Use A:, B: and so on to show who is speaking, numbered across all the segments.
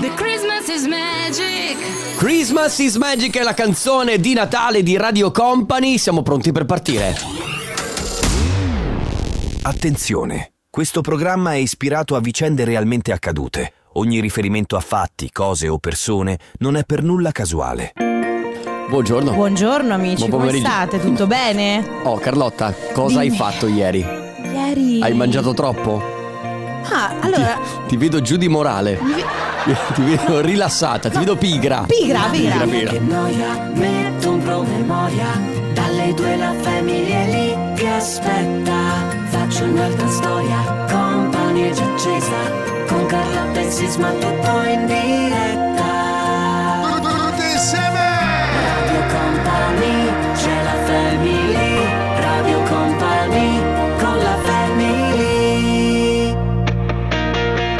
A: The Christmas is magic.
B: Christmas is Magic è la canzone di Natale di Radio Company. Siamo pronti per partire.
C: Attenzione, questo programma è ispirato a vicende realmente accadute. Ogni riferimento a fatti, cose o persone non è per nulla casuale.
B: Buongiorno.
D: Buongiorno amici,
B: Buon
D: come
B: pomeriggio.
D: state? Tutto bene?
B: Oh, Carlotta, cosa hai
D: Dimmi.
B: fatto ieri?
D: Ieri
B: Hai mangiato troppo?
D: Ah, allora
B: Ti vedo giù di morale. Ti vedo rilassata, ti vedo pigra.
D: Pigra, pigra.
E: Che noia, metto un promemoria Dalle due la famiglia è lì che aspetta Faccio un'altra storia, compagnia già accesa Con Carlotta e Sisma tutto in diretta Radio Company, c'è la family Radio Company, con la family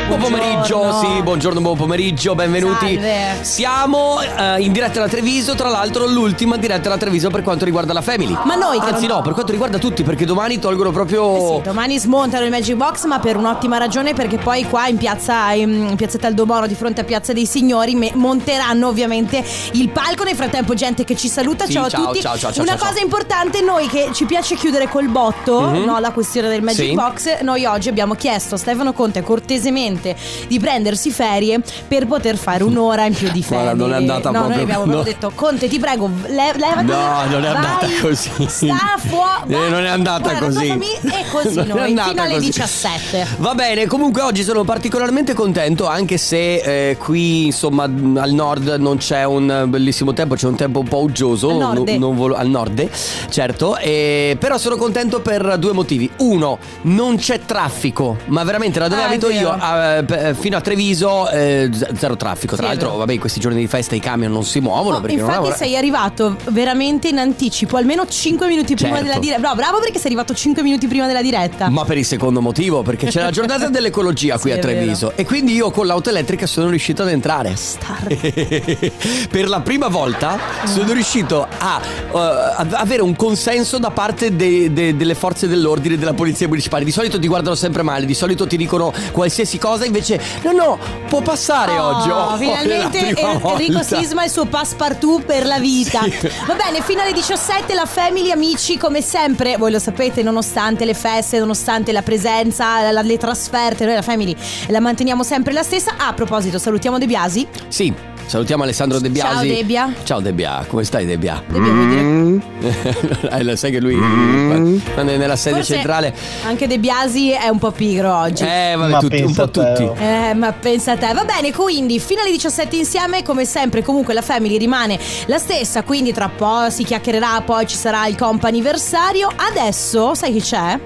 B: Buon pomeriggio,
D: Buongiorno.
B: sì, buongiorno, buon pomeriggio, benvenuti.
D: Salve.
B: Siamo eh, in diretta da Treviso, tra l'altro l'ultima diretta da Treviso per quanto riguarda la Family.
D: Ma noi che
B: Anzi
D: non-
B: Ah, no, per quanto riguarda tutti, perché domani tolgono
D: Sì,
B: proprio...
D: domani smontano il Magic Box, ma per un'ottima ragione, perché poi qua in piazza in piazzetta Aldobono, di fronte a Piazza dei Signori, me- monteranno ovviamente il palco. Nel frattempo, gente che ci saluta.
B: Sì,
D: ciao a
B: ciao,
D: tutti.
B: ciao, ciao, ciao,
D: Una
B: ciao,
D: cosa
B: ciao.
D: importante, noi che ci piace chiudere col botto,
B: Mhm.
D: no, la questione del Magic
B: Sì.
D: Box, noi oggi abbiamo chiesto a Stefano Conte cortesemente di prendersi ferie per poter fare un'ora in più di ferie.
B: Guarda, non è andata
D: no,
B: proprio-
D: Noi abbiamo
B: no.
D: proprio detto, Conte, ti prego, le- levati.
B: No, non è
D: vai,
B: andata così.
D: Sta fuori.
B: Eh, non è andata così.
D: E così
B: Non è
D: noi,
B: andata
D: fino alle
B: così.
D: 17.
B: Va bene, comunque oggi sono particolarmente contento anche se eh, qui insomma mh, al nord non c'è un eh, bellissimo tempo, c'è un tempo un po' uggioso,
D: Al nord.
B: no- non volo- al nord, certo, e- però sono contento per due motivi. Uno, non c'è traffico, ma veramente da dove
D: Ah, è
B: abito io
D: vero.
B: a- pe- fino a Treviso eh, z- zero traffico, tra
D: Sì, è
B: l'altro
D: vero.
B: vabbè in questi giorni di festa i camion non si muovono
D: Oh,
B: perché non
D: infatti
B: lavorano.
D: sei arrivato veramente in anticipo, almeno 5 minuti prima
B: Certo.
D: della diretta. No, bravo perché sei arrivato 5 minuti prima della diretta.
B: Ma per il secondo motivo, perché c'è la giornata dell'ecologia qui
D: Sì,
B: a
D: è
B: Treviso. E quindi io con l'auto elettrica sono riuscito ad entrare.
D: Star.
B: per la prima volta sono riuscito a eh, ad avere un consenso da parte de- de- delle forze dell'ordine, della polizia municipale. Di solito ti guardano sempre male, di solito ti dicono qualsiasi cosa, invece no, no, può passare
D: Oh,
B: oggi. Oh, è
D: finalmente
B: la prima
D: Er- Enrico
B: volta.
D: Sisma e il suo passepartout per la vita. Va bene, fino alle 17 la family amici come sempre, voi lo sapete, nonostante le feste, nonostante la presenza, la- le trasferte, noi la family la manteniamo sempre la stessa. Ah, a proposito, salutiamo De Biasi.
B: Sì, salutiamo Alessandro De Biasi.
D: Ciao, Debbia.
B: Ciao Debbia, come stai Debbia?
D: Debbia vuol dire
B: Eh, lo sai che lui quando è nella sede
D: Forse
B: centrale
D: Anche De Biasi è un po' pigro oggi. Eh.
B: Eh, vabbè,
F: Ma
B: tutti, un
F: pensa
B: po'
F: a te,
B: tutti.
F: oh.
D: ma pensa a te, va bene, quindi fino alle 17 insieme, come sempre, comunque la family rimane la stessa, quindi tra un po' si chiacchiererà, poi ci sarà il comp'anniversario. Adesso, sai chi c'è?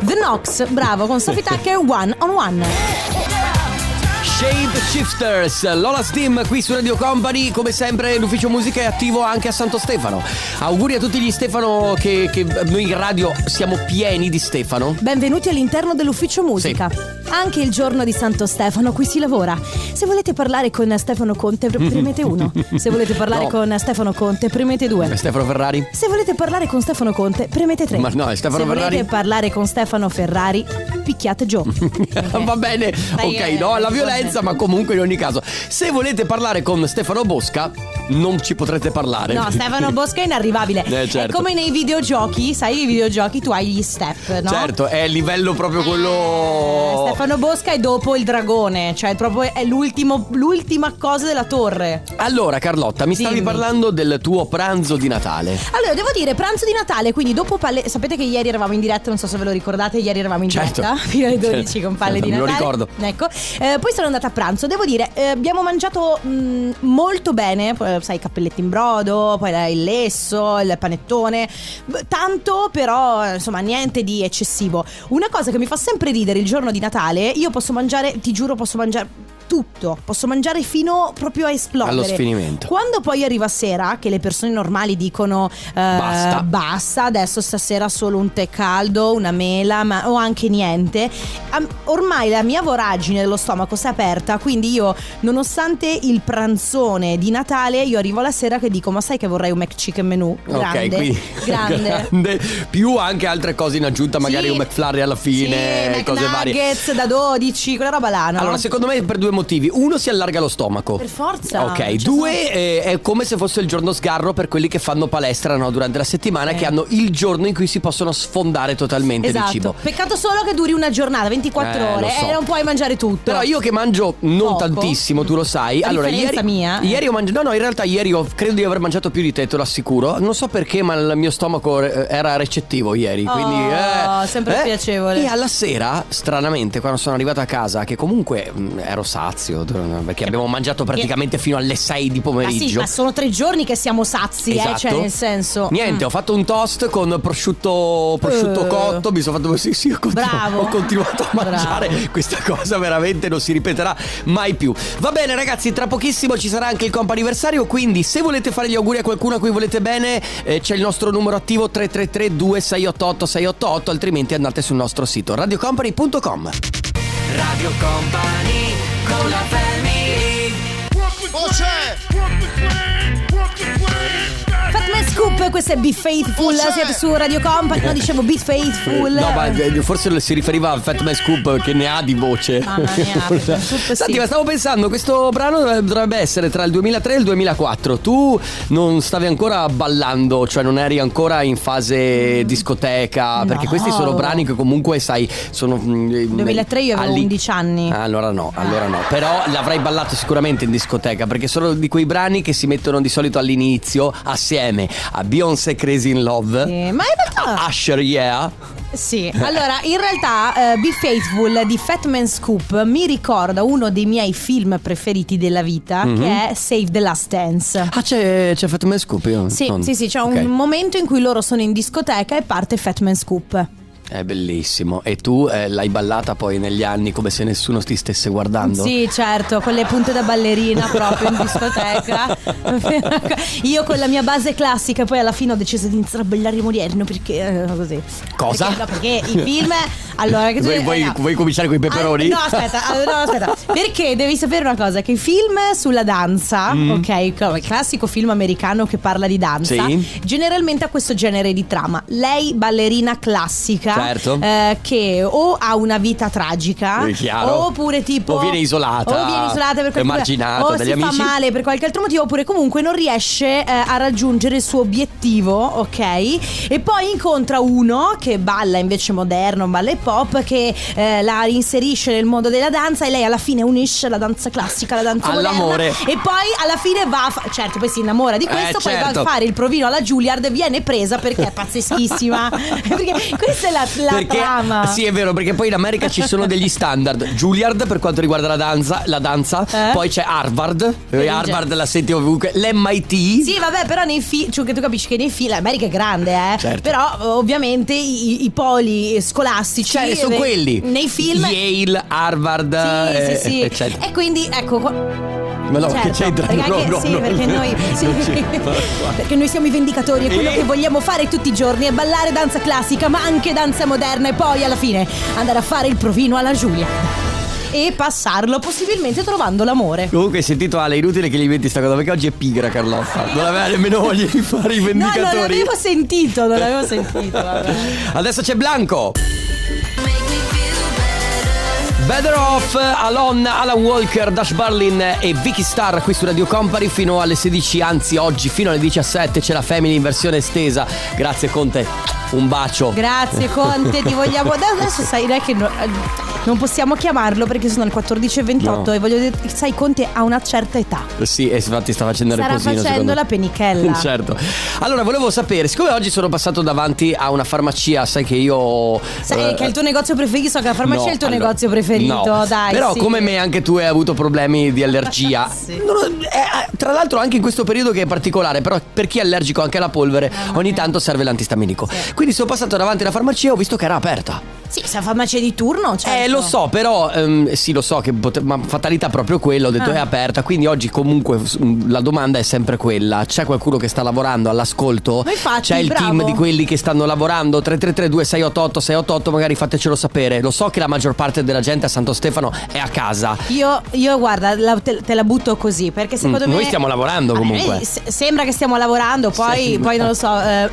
D: The Nox, bravo, con Sophie Tucker one on one.
B: Shape Shifters, Lola Steam qui su Radio Company, come sempre l'ufficio musica è attivo anche a Santo Stefano. Auguri a tutti gli Stefano che, che noi in radio siamo pieni di Stefano.
D: Benvenuti all'interno dell'ufficio musica. Anche il giorno di Santo Stefano qui si lavora. Se volete parlare con Stefano Conte, pre- premete uno. Se volete parlare
B: No.
D: con Stefano Conte, premete due.
B: Eh, Stefano Ferrari?
D: Se volete parlare con Stefano Conte, premete 3.
B: Ma no, è Stefano
D: Se
B: Ferrari.
D: volete parlare con Stefano Ferrari, picchiate Gio.
B: Va bene,
D: Dai,
B: ok,
D: eh,
B: no, alla
D: eh,
B: violenza, ma comunque in ogni caso. Se volete parlare con Stefano Bosca, non ci potrete parlare.
D: No, Stefano Bosca è inarrivabile.
B: Eh, certo.
D: È come nei videogiochi, sai, nei videogiochi tu hai gli step, no?
B: Certo, è il livello proprio
D: Eh,
B: quello.
D: Stefano Bosca è dopo il dragone, cioè proprio è l'ultimo, l'ultima cosa della torre.
B: Allora, Carlotta, mi stavi
D: Dimmi.
B: parlando del tuo pranzo di Natale.
D: Allora, devo dire, pranzo di Natale, quindi dopo palle... Sapete che ieri eravamo in diretta, non so se ve lo ricordate, ieri eravamo in
B: Certo.
D: diretta fino alle 12
B: Certo.
D: con palle di
B: Me lo
D: Natale.
B: ricordo.
D: Ecco, Eh, poi sono andata a pranzo, devo dire, eh, abbiamo mangiato mh, molto bene, poi, sai, i cappelletti in brodo, poi la- il lesso, il panettone, B- tanto però, eh, insomma, niente di eccessivo. Una cosa che mi fa sempre ridere il giorno di Natale, io posso mangiare, ti giuro, posso mangiare tutto, posso mangiare fino proprio a esplodere.
B: Allo sfinimento.
D: Quando poi arriva sera, che le persone normali dicono eh,
B: Basta.
D: basta, adesso stasera solo un tè caldo, una mela ma- o anche niente, am- ormai la mia voragine dello stomaco si è aperta, quindi io nonostante il pranzone di Natale, io arrivo la sera che dico ma sai che vorrei un McChicken menù grande,
B: ok, quindi
D: grande.
B: grande, più anche altre cose in aggiunta, magari
D: Sì.
B: un McFlurry alla fine,
D: Sì,
B: cose varie.
D: McNuggets da 12, quella roba là, no?
B: Allora, secondo me per due motivi. Uno si allarga lo stomaco.
D: Per forza.
B: Ok,
D: Ci sono-
B: due eh, è come se fosse il giorno sgarro per quelli che fanno palestra no, durante la settimana, che hanno il giorno in cui si possono sfondare totalmente
D: Eh. Esatto.
B: di cibo.
D: Peccato solo che duri una giornata, 24
B: Eh, lo
D: ore,
B: so.
D: e non puoi mangiare tutto.
B: Però io che mangio non
D: Poco.
B: tantissimo, tu lo sai.
D: A
B: allora,
D: differenza
B: ieri,
D: mia, eh.
B: ieri ho mangiato. No, no, in realtà ieri ho, credo di aver mangiato più di te, te lo assicuro. Non so perché, ma il mio stomaco re- era recettivo ieri.
D: Oh,
B: Quindi. eh,
D: sempre
B: eh.
D: piacevole.
B: E alla sera, stranamente, quando sono arrivato a casa, che comunque mh, ero sazio, perché abbiamo mangiato praticamente fino alle 6 di
D: Ma
B: pomeriggio.
D: Ah, sì, ma sono tre giorni che siamo sazi, eh, cioè
B: Esatto.
D: nel senso.
B: Niente,
D: Mm.
B: ho fatto un toast con prosciutto, prosciutto
D: Eh.
B: cotto. Mi sono fatto. Sì, sì, ho, continu-
D: Bravo.
B: ho continuato a mangiare.
D: Bravo.
B: Questa cosa veramente non si ripeterà mai più. Va bene, ragazzi, tra pochissimo ci sarà anche il comp anniversario. Quindi, se volete fare gli auguri a qualcuno a cui volete bene, eh, c'è il nostro numero attivo 333 2688 688. Altrimenti andate sul nostro sito radiocompany.com. Radio Company con la
D: Fatman Mm. Scoop, questo è Be Faithful, siete su Radio Company, no dicevo Be Faithful.
B: No, ma eh, forse si riferiva al Fat Man Scoop eh, che ne ha di voce.
D: Mamma mia, Fat Man Scoop, Ah, sì.
B: Senti, ma stavo pensando, questo brano dov- dovrebbe essere tra il 2003 e il 2004. Tu non stavi ancora ballando, cioè non eri ancora in fase discoteca, perché questi sono brani che comunque sai, sono mm, Ah,
D: 2003 io avevo 11 anni. Ah.
B: Allora no, allora no, però l'avrai ballato sicuramente in discoteca, perché sono di quei brani che si mettono di solito all'inizio assieme a Beyoncé Crazy in Love.
D: Sì, ma in realtà-
B: a Usher Yeah.
D: Sì, allora in realtà eh, Be Faithful di Fatman Scoop mi ricorda uno dei miei film preferiti della vita
B: Mhm.
D: che è Save the Last Dance.
B: Ah, c'è, c'è Fatman Scoop? Io
D: Sì,
B: non-
D: sì, sì, c'è
B: Ok.
D: un momento in cui loro sono in discoteca e parte Fatman Scoop.
B: È bellissimo. E tu eh, l'hai ballata poi negli anni come se nessuno ti stesse guardando?
D: Sì, certo, con le punte da ballerina proprio in discoteca. Io con la mia base classica, poi alla fine ho deciso di iniziare a ballare moderno perché eh, così.
B: Cosa?
D: Perché, no, perché i film allora che tu
B: Vuoi- vuoi-
D: no.
B: vuoi cominciare coi peperoni?
D: Ah, no, aspetta, ah, no, aspetta. Perché devi sapere una cosa: che i film sulla danza,
B: Mm.
D: ok, co- il classico film americano che parla di danza,
B: Sì.
D: generalmente ha questo genere di trama. Lei ballerina classica
B: Certo.
D: eh, che o ha una vita tragica
B: È chiaro.
D: oppure tipo
B: O viene isolata,
D: o viene isolata per
B: è
D: qualche-
B: marginata
D: o
B: dagli
D: si
B: amici.
D: fa male per qualche altro motivo oppure comunque non riesce eh, a raggiungere il suo obiettivo ok e poi incontra uno che balla invece moderno balla hip hop che eh, la inserisce nel mondo della danza e lei alla fine unisce la danza classica alla danza
B: All'amore.
D: moderna e poi alla fine va a fa- certo poi si innamora di questo
B: Eh,
D: poi va
B: certo.
D: a fare il provino alla Juilliard e viene presa perché è pazzeschissima perché questa è la, la
B: perché,
D: trama
B: Sì, è vero, perché poi in America ci sono degli standard. Juilliard per quanto riguarda la danza, la danza.
D: Eh?
B: poi c'è Harvard. eh,
D: già.
B: Harvard la senti ovunque. L'MIT.
D: Sì, vabbè, però nei film, cioè, che tu capisci che nei film l'America è grande, eh.
B: Certo.
D: Però ovviamente i, i poli scolastici
B: Cioè, sono
D: eh,
B: quelli.
D: Nei film
B: Yale, Harvard,
D: Sì,
B: eh,
D: sì, sì.
B: eccetera.
D: E quindi ecco qua-
B: Ma no,
D: certo,
B: che c'entra?
D: perché
B: No,
D: anche-
B: no,
D: sì,
B: no,
D: perché
B: no.
D: noi sì,
B: Non c'entra.
D: perché noi siamo i vendicatori e quello
B: Eh.
D: che vogliamo fare tutti i giorni è ballare danza classica, ma anche danza moderna e poi alla fine andare a fare il provino alla Giulia e passarlo possibilmente trovando l'amore.
B: Comunque hai sentito Ale, è inutile che gli inventi sta cosa perché oggi è pigra Carlotta. Non aveva nemmeno voglia di fare i
D: No, non
B: vendicatori.
D: l'avevo sentito, non l'avevo sentito, vabbè.
B: Adesso c'è Blanco. Better Off, Alon, Alan Walker, Dash Barlin e Vicky Star qui su Radio Company fino alle 16, anzi oggi fino alle 17 c'è la Family in versione estesa. Grazie Conte, un bacio.
D: Grazie Conte, ti vogliamo adesso sai dai che no- eh, non possiamo chiamarlo perché sono al 14 e 28
B: No.
D: e voglio dire sai Conte ha una certa età.
B: Sì, e infatti sta facendo il
D: Starà facendo
B: riposino secondo me.
D: la penichella.
B: Certo Allora volevo sapere Siccome oggi sono passato davanti a una farmacia Sai che io
D: Sai
B: eh,
D: che è il tuo negozio preferito, so che la farmacia
B: no,
D: è il tuo
B: allora,
D: negozio preferito,
B: no.
D: dai.
B: Però
D: sì.
B: come me anche tu hai avuto problemi di allergia
D: Sì.
B: Non lo- eh, eh, Tra l'altro anche in questo periodo che è particolare Però per chi è allergico anche alla polvere Ogni tanto serve l'antistaminico Quindi sono passato davanti alla farmacia E ho visto che era aperta
D: Sì, se la farmacia di turno, certo.
B: eh, lo so, però ehm, sì, lo so che pote- ma fatalità proprio quello, ho detto
D: Ah.
B: è aperta, quindi oggi comunque s- m, la domanda è sempre quella. C'è qualcuno che sta lavorando all'ascolto?
D: Ma infatti,
B: C'è il team
D: bravo.
B: di quelli che stanno lavorando 3332 688 688, magari fatecelo sapere. Lo so che la maggior parte della gente a Santo Stefano è a casa.
D: Io, io guarda, la- te, te la butto così perché secondo
B: Mm,
D: me. Ah, eh,
B: noi stiamo lavorando
D: Vabbè,
B: comunque.
D: noi se- sembra che stiamo lavorando, poi,
B: Sembra.
D: poi non lo so. eh, eh,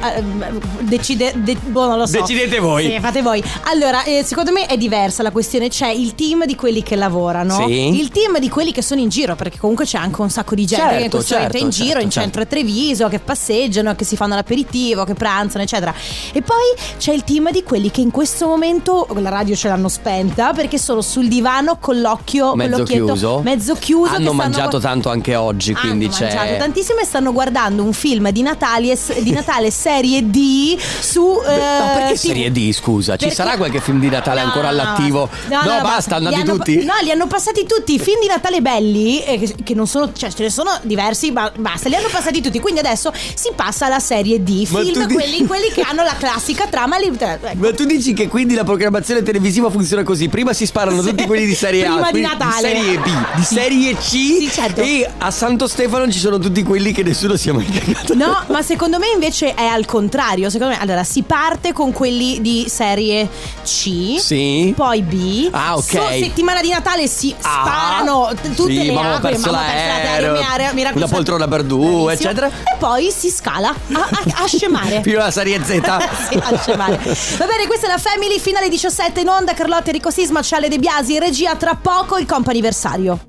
D: decide- de- boh, non lo so.
B: Decidete voi.
D: Sì, fate voi. Allora, eh, secondo me è diversa la questione. C'è il team di quelli che lavorano,
B: Sì.
D: il team di quelli che sono in giro, perché comunque c'è anche un sacco di gente
B: Certo,
D: che in questo momento è in
B: certo,
D: giro, in
B: certo,
D: centro a Treviso, che passeggiano, che si fanno l'aperitivo, che pranzano, eccetera. E poi c'è il team di quelli che in questo momento la radio ce l'hanno spenta perché sono sul divano con l'occhio con
B: Mezzo
D: l'occhietto
B: chiuso.
D: Mezzo chiuso. che
B: Hanno
D: stanno
B: mangiato
D: guard-
B: tanto anche oggi, quindi
D: hanno
B: c'è.
D: mangiato tantissimo e stanno guardando un film di Natale, di Natale serie D su
B: No,
D: eh,
B: perché
D: TV.
B: serie D, scusa? Ci
D: Perché-
B: sarà qualche film di Natale
D: No,
B: ancora
D: no,
B: all'attivo? No, basta, hanno
D: Li
B: andati
D: hanno-
B: tutti?
D: No, li hanno passati tutti. I film di Natale belli, eh, che, che non sono, cioè ce ne sono diversi, ma basta, li hanno passati tutti. Quindi adesso si passa alla serie D.
B: Ma tu
D: Film,
B: di-
D: quelli, quelli che hanno la classica trama. Li, ecco.
B: Ma tu dici che quindi la programmazione televisiva funziona così? Prima si sparano tutti quelli di serie A,
D: Prima di
B: quindi
D: Natale.
B: serie B, di serie C
D: Sì, certo.
B: e a Santo Stefano ci sono tutti quelli che nessuno si è mai cagato.
D: No, ma secondo me invece è al contrario. Secondo me, allora, si parte con quelli di serie C.
B: Sì.
D: Poi B.
B: Ah, ok.
D: So- settimana di Natale si
B: Ah.
D: sparano t- tutte
B: Sì,
D: le
B: mamma, ho
D: acque,
B: perso
D: mamma, ho perso l'aereo,
B: l'aereo,
D: mi are- mi raccomando.
B: una poltrona per due,
D: Bravissimo.
B: eccetera.
D: E poi si scala a, a- a scemare.
B: Fino alla serie Z.
D: Eh. sì, a scemare. Va bene, questa è la Family finale 17 in onda. Carlotta Enrico Sisma, Ciale De Biasi, in regia tra poco il comp anniversario.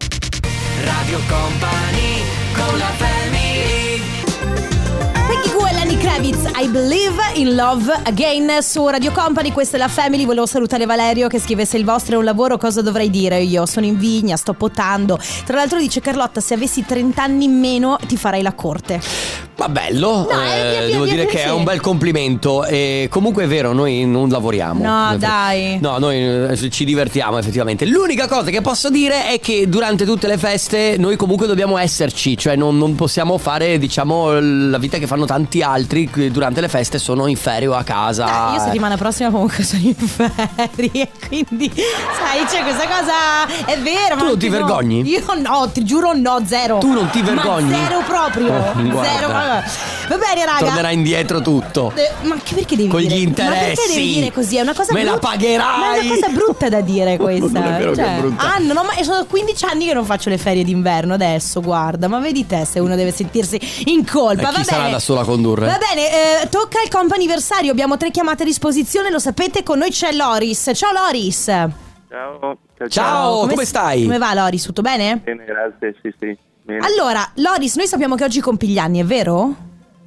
D: Peggy Goo e Lenny Kravitz, I Believe in Love Again su Radio Company, questa è la Family, volevo salutare Valerio che scrive se il vostro è un lavoro cosa dovrei dire io? Sono in vigna, sto potando, tra l'altro dice Carlotta se avessi 30 anni in meno ti farei la corte.
B: Ma bello,
D: No, eh, via, via,
B: devo
D: via,
B: dire
D: via,
B: che è
D: sì.
B: un bel complimento. E comunque è vero, noi non lavoriamo.
D: No,
B: Non è vero.
D: dai.
B: No, noi eh, ci divertiamo effettivamente. L'unica cosa che posso dire è che durante tutte le feste noi comunque dobbiamo esserci, cioè non, non possiamo fare, diciamo, la vita che fanno tanti altri che durante le feste sono in ferio a casa.
D: Dai, Eh, io settimana prossima comunque sono in ferie, quindi sai c'è questa cosa, è vero. ma
B: Tu non ti
D: tipo-
B: vergogni?
D: Io no, ti giuro no, zero.
B: Tu non ti vergogni?
D: Ma zero proprio,
B: Oh, guarda.
D: zero proprio. Va bene raga.
B: Tornerà indietro tutto.
D: Eh, Ma che perché devi
B: Con
D: dire?
B: gli
D: Ma perché
B: interessi.
D: devi dire così? È una cosa
B: Me la
D: brutta-
B: pagherai.
D: Ma è una cosa brutta da dire questa.
B: Non è vero che è
D: Cioè,
B: brutta.
D: Ah, no, no, ma sono 15 anni che non faccio le ferie d'inverno adesso, guarda. Ma vedi te se uno deve sentirsi in colpa.
B: E
D: Va
B: Eh, chi
D: bene.
B: sarà da solo a condurre?
D: Va bene, eh, tocca il comp anniversario. Abbiamo tre chiamate a disposizione, lo sapete, con noi c'è Loris. Ciao Loris.
F: Ciao,
B: Ciao, come stai?
D: Come va Loris? Tutto bene?
F: Bene, grazie, sì, sì. Bene,
D: Allora, Loris, noi sappiamo che oggi compi gli anni, è vero?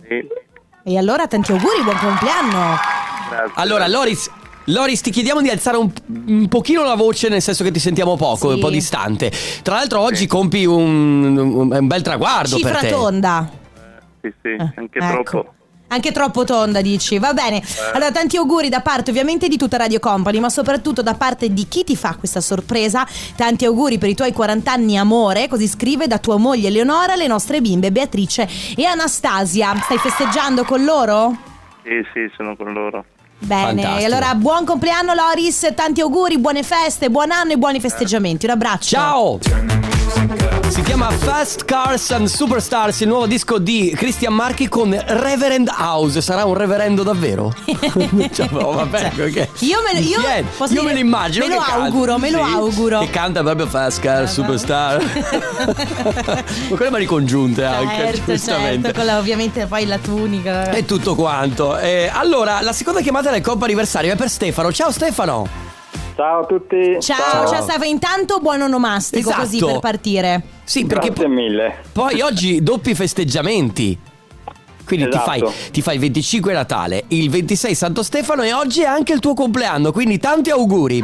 F: sì,
D: E allora tanti auguri, buon compleanno.
F: grazie.
B: Allora, Loris. Loris, ti chiediamo di alzare un, un pochino la voce, nel senso che ti sentiamo poco,
D: Sì.
B: un po' distante. Tra l'altro, oggi compi un, un- un bel traguardo
D: Cifra
B: per te.
D: tonda.
F: Sì, sì,
D: Eh,
F: anche
D: ecco.
F: troppo. Eh.
D: Anche troppo tonda, dici. Va bene. Allora, tanti auguri da parte ovviamente di tutta Radio Company, ma soprattutto da parte di chi ti fa questa sorpresa. Tanti auguri per i tuoi 40 anni, amore. Così scrive da tua moglie Eleonora, le nostre bimbe Beatrice e Anastasia. Stai festeggiando con loro?
F: Sì, sì, sono con loro.
D: Bene,
B: Fantastico.
D: allora buon compleanno Loris, tanti auguri, buone feste, buon anno e buoni festeggiamenti. Un abbraccio.
B: Ciao! Si chiama Fast Cars and Superstars, il nuovo disco di Christian Marchi con Reverend House. Sarà un reverendo davvero? Cioè, no, vabbè,
D: Cioè,
B: ok.
D: io me lo-
B: Chi
D: io
B: è?
D: posso
B: Io
D: dire-
B: me lo immagino.
D: me lo
B: che canta.
D: auguro, me lo
B: Sì,
D: auguro. Eh,
B: Che canta proprio Fast Cars Superstar. Ma con le mani congiunte anche,
D: certo,
B: giustamente.
D: certo, con la- ovviamente poi la tunica.
B: È tutto quanto. Eh, allora, la seconda chiamata del Coppa Anniversario è per Stefano. Ciao Stefano!
G: Ciao a tutti.
D: Ciao, ciao, Stefano. Intanto buon onomastico
B: Esatto.
D: così per partire.
B: Sì, perché
G: Grazie
B: po-
G: mille.
B: poi oggi doppi festeggiamenti. Quindi
G: Esatto.
B: ti, fai, ti fai il 25 Natale, il 26 Santo Stefano e oggi è anche il tuo compleanno, quindi tanti auguri.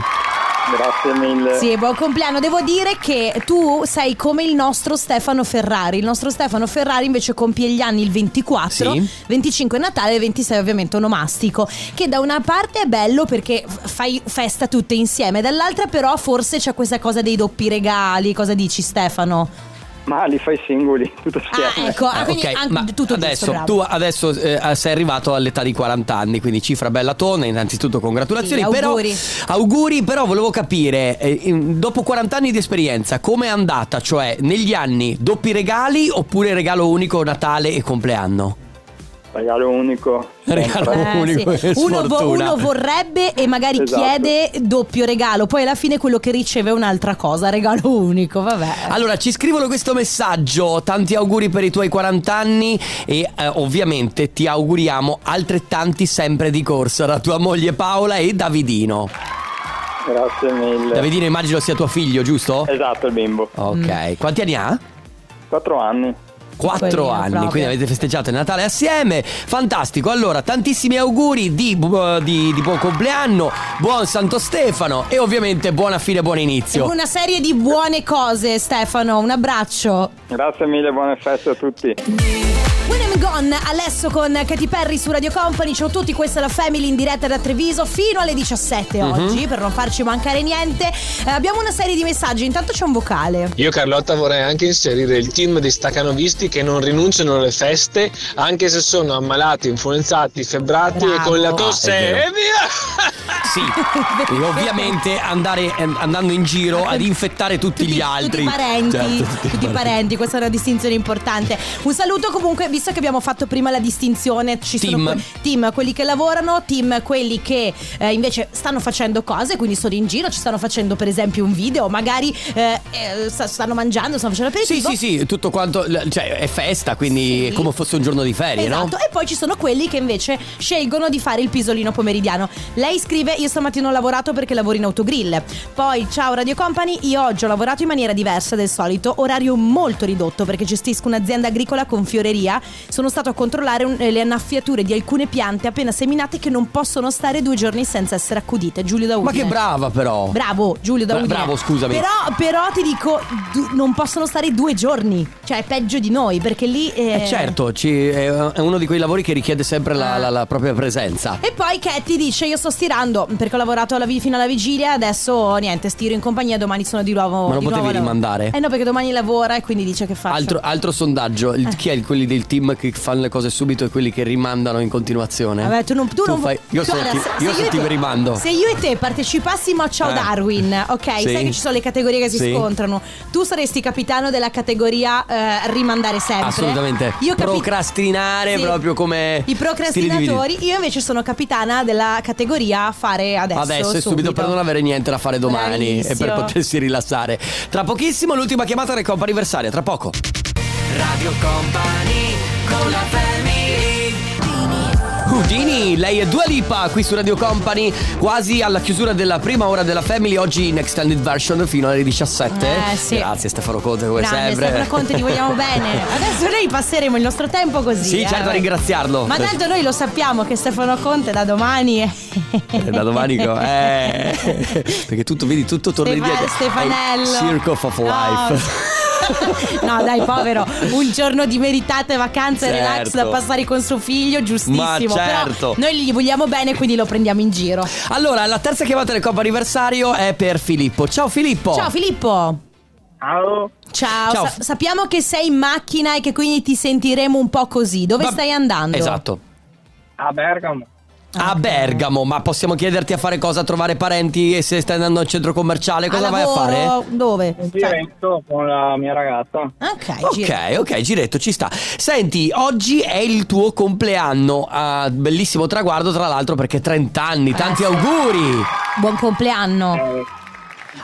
G: Grazie mille.
D: Sì, buon compleanno. Devo dire che tu sei come il nostro Stefano Ferrari. Il nostro Stefano Ferrari invece compie gli anni il 24,
B: Sì.
D: 25 Natale e 26 ovviamente onomastico. Che da una parte è bello perché f- fai festa tutte insieme, dall'altra però forse c'è questa cosa dei doppi regali. Cosa dici Stefano?
G: Ma li fai singoli, tutto
D: Ah,
G: assieme.
D: ecco, ah,
B: Eh,
D: quindi
B: ok,
D: anche
B: ma
D: tutto
B: adesso,
D: giusto, bravo.
B: tu adesso eh, sei arrivato all'età di 40 anni, quindi cifra bella tona, innanzitutto congratulazioni.
D: Sì, auguri.
B: Però, auguri, però volevo capire, eh, in- dopo 40 anni di esperienza, com'è andata? Cioè, negli anni doppi regali oppure regalo unico Natale e compleanno?
G: Regalo unico.
B: Regalo
D: Eh,
B: unico
D: sì.
B: e
D: uno, vo-
B: sfortuna.
D: uno vorrebbe e magari
G: Esatto.
D: chiede doppio regalo, poi alla fine quello che riceve è un'altra cosa, regalo unico, vabbè.
B: Allora, ci scrivono questo messaggio. Tanti auguri per i tuoi 40 anni e eh, ovviamente ti auguriamo altrettanti sempre di corsa da tua moglie Paola e Davidino.
G: Grazie mille.
B: Davidino immagino sia tuo figlio, giusto?
G: Esatto, il bimbo.
B: Oh. Ok, quanti anni ha?
G: Quattro anni.
B: Quattro
D: Piccolino
B: anni,
D: proprio.
B: quindi avete festeggiato il Natale assieme, fantastico. Allora, tantissimi auguri di, bu- di- di buon compleanno, buon Santo Stefano e ovviamente buona fine, buon inizio.
D: Una serie di buone cose, Stefano, un abbraccio.
G: Grazie mille, buone feste a tutti.
D: When I'm gone, adesso con Katy Perry su Radio Company, ciao a tutti, questa è la Family in diretta da Treviso fino alle 17
B: Mhm.
D: oggi, per non farci mancare niente. Eh, abbiamo una serie di messaggi, intanto c'è un vocale.
H: Io Carlotta vorrei anche inserire il team dei staccanovisti che non rinunciano alle feste anche se sono ammalati, influenzati, febbrati
D: Bravo.
H: e con la
B: Ah, è
H: tosse.
B: vero.
H: e via!
B: Sì, e ovviamente andare eh, andando in giro ad infettare tutti, gli altri.
D: Tutti i parenti,
B: Certo,
D: tutti, i parenti, questa è una distinzione importante. Un saluto comunque, visto che abbiamo fatto prima la distinzione, ci sono
B: Team.
D: que- team quelli che lavorano, team quelli che eh, invece stanno facendo cose, quindi sono in giro, ci stanno facendo per esempio un video, magari eh, eh, sta- stanno mangiando, stanno facendo
B: Sì,
D: aperitivo.
B: sì, sì, tutto quanto, l- cioè è festa, quindi è
D: Sì.
B: come fosse un giorno di ferie,
D: Esatto,
B: no?
D: e poi ci sono quelli che invece scelgono di fare il pisolino pomeridiano. Lei scrive: Io stamattina ho lavorato perché lavoro in autogrill. Poi, ciao Radio Company, io oggi ho lavorato in maniera diversa del solito, orario molto ridotto perché gestisco un'azienda agricola con fioreria. Sono stato a controllare un- le annaffiature di alcune piante appena seminate che non possono stare due giorni senza essere accudite. Giulio da
B: Ma
D: Udine.
B: che brava però.
D: Bravo Giulio da
B: Bra-
D: Udine.
B: bravo, scusami.
D: Però, però ti dico, du- non possono stare due giorni. Cioè, è peggio di noi perché lì.
B: Eh,
D: eh, Ah.
B: certo, ci- è è uno di quei lavori che richiede sempre la, la- la propria presenza.
D: E poi Katy dice: Io sto stirando perché ho lavorato alla vi- fino alla vigilia. Adesso niente, stiro in compagnia. Domani sono di nuovo.
B: Ma lo
D: di
B: potevi
D: nuovo-
B: rimandare?
D: Eh no, perché domani lavora e quindi dice che faccio. Eh.
B: Altro, altro sondaggio, il- chi è il- quelli del team che fanno le cose subito e quelli che rimandano in continuazione?
D: Vabbè, tu non, tu non-
B: eh. fai- Io sono
D: Guarda,
B: il
D: se-
B: team- io
D: se
B: sono
D: e
B: team
D: te-
B: rimando.
D: Se io e te partecipassimo a Ciao
B: Eh.
D: Darwin, ok?
B: Sì.
D: Sai che ci sono le categorie che si
B: Sì.
D: scontrano. Tu saresti capitano della categoria eh, rimandare sempre.
B: Assolutamente.
D: Io capi-
B: Procrastinare
D: Sì.
B: proprio come
D: I
B: stili di
D: procrastinatori.
B: vita.
D: Io invece sono capitana della categoria fare adesso.
B: Adesso e subito per non avere niente da fare domani e per
D: Bravissimo.
B: potersi rilassare. Tra pochissimo l'ultima chiamata del compa anniversario, tra poco. Radio Company con la Houdini, lei è Dua Lipa qui su Radio Company, quasi alla chiusura della prima ora della Family, oggi in extended version fino alle 17.
D: Eh, sì.
B: Grazie Stefano Conte come
D: Grande,
B: sempre.
D: Stefano Conte, ti vogliamo bene. Adesso noi passeremo il nostro tempo così.
B: Sì,
D: eh,
B: certo, a
D: vabbè.
B: ringraziarlo.
D: Ma tanto noi lo sappiamo che Stefano Conte da domani è...
B: da domani co- eh, perché tutto vedi tutto torna
D: Stefa-
B: indietro
D: Stefanello.
B: È il circo of
D: No.
B: life
D: No dai povero Un giorno di meritate vacanze e Relax
B: Certo.
D: da passare con suo figlio Giustissimo
B: Ma
D: Però
B: certo.
D: noi gli vogliamo bene Quindi lo prendiamo in giro
B: Allora, la terza chiamata del Coppa Anniversario è per Filippo. Ciao Filippo!
D: Ciao Filippo
G: Ciao.
D: Ciao,
B: Oh. Ciao.
D: Sa- sappiamo che sei in macchina e che quindi ti sentiremo un po' così. Dove
B: Va-
D: stai andando? Ah,
B: Esatto.
G: A Bergamo.
B: A Bergamo, ma possiamo chiederti a fare cosa? A trovare parenti e se stai andando al centro commerciale, cosa
D: A
B: vai a
D: lavoro?
B: fare?
D: Dove? Cioè-
G: con la mia ragazza.
D: Ok, gira.
B: Ok, ok, giretto, ci sta. Senti, oggi è il tuo compleanno, ah, bellissimo traguardo tra l'altro perché 30 anni, tanti
D: Ah, sì.
B: auguri!
D: Buon compleanno.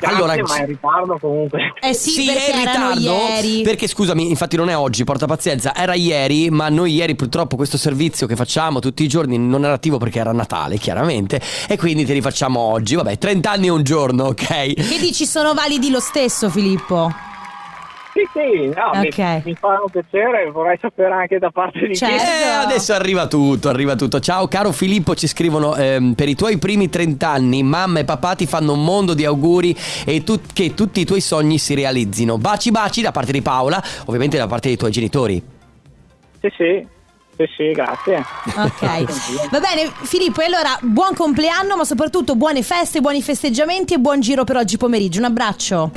B: Allora, ma in
G: ritardo comunque.
D: Eh sì,
B: sì,
D: perché
B: è in
D: erano
B: ritardo.
D: ieri.
B: Perché scusami, infatti non è oggi, porta pazienza, era ieri, ma noi ieri purtroppo questo servizio che facciamo tutti i giorni non era attivo perché era Natale, chiaramente, e quindi te li facciamo oggi. Vabbè, 30 anni e un giorno, ok?
D: Che dici sono validi lo stesso, Filippo?
G: Sì, sì, no, mi-
D: Ok.
G: mi, fa un piacere, vorrei sapere anche da parte di
D: Certo.
G: chi.
B: Eh, adesso arriva tutto, arriva tutto. Ciao caro Filippo, ci scrivono ehm, per i tuoi primi 30 anni, mamma e papà ti fanno un mondo di auguri e tu- che tutti i tuoi sogni si realizzino. Baci baci da parte di Paola, ovviamente da parte dei tuoi genitori.
G: Sì, sì, sì, sì, grazie.
D: Ok. Va bene, Filippo, e allora buon compleanno, ma soprattutto buone feste, buoni festeggiamenti e buon giro per oggi pomeriggio. Un abbraccio.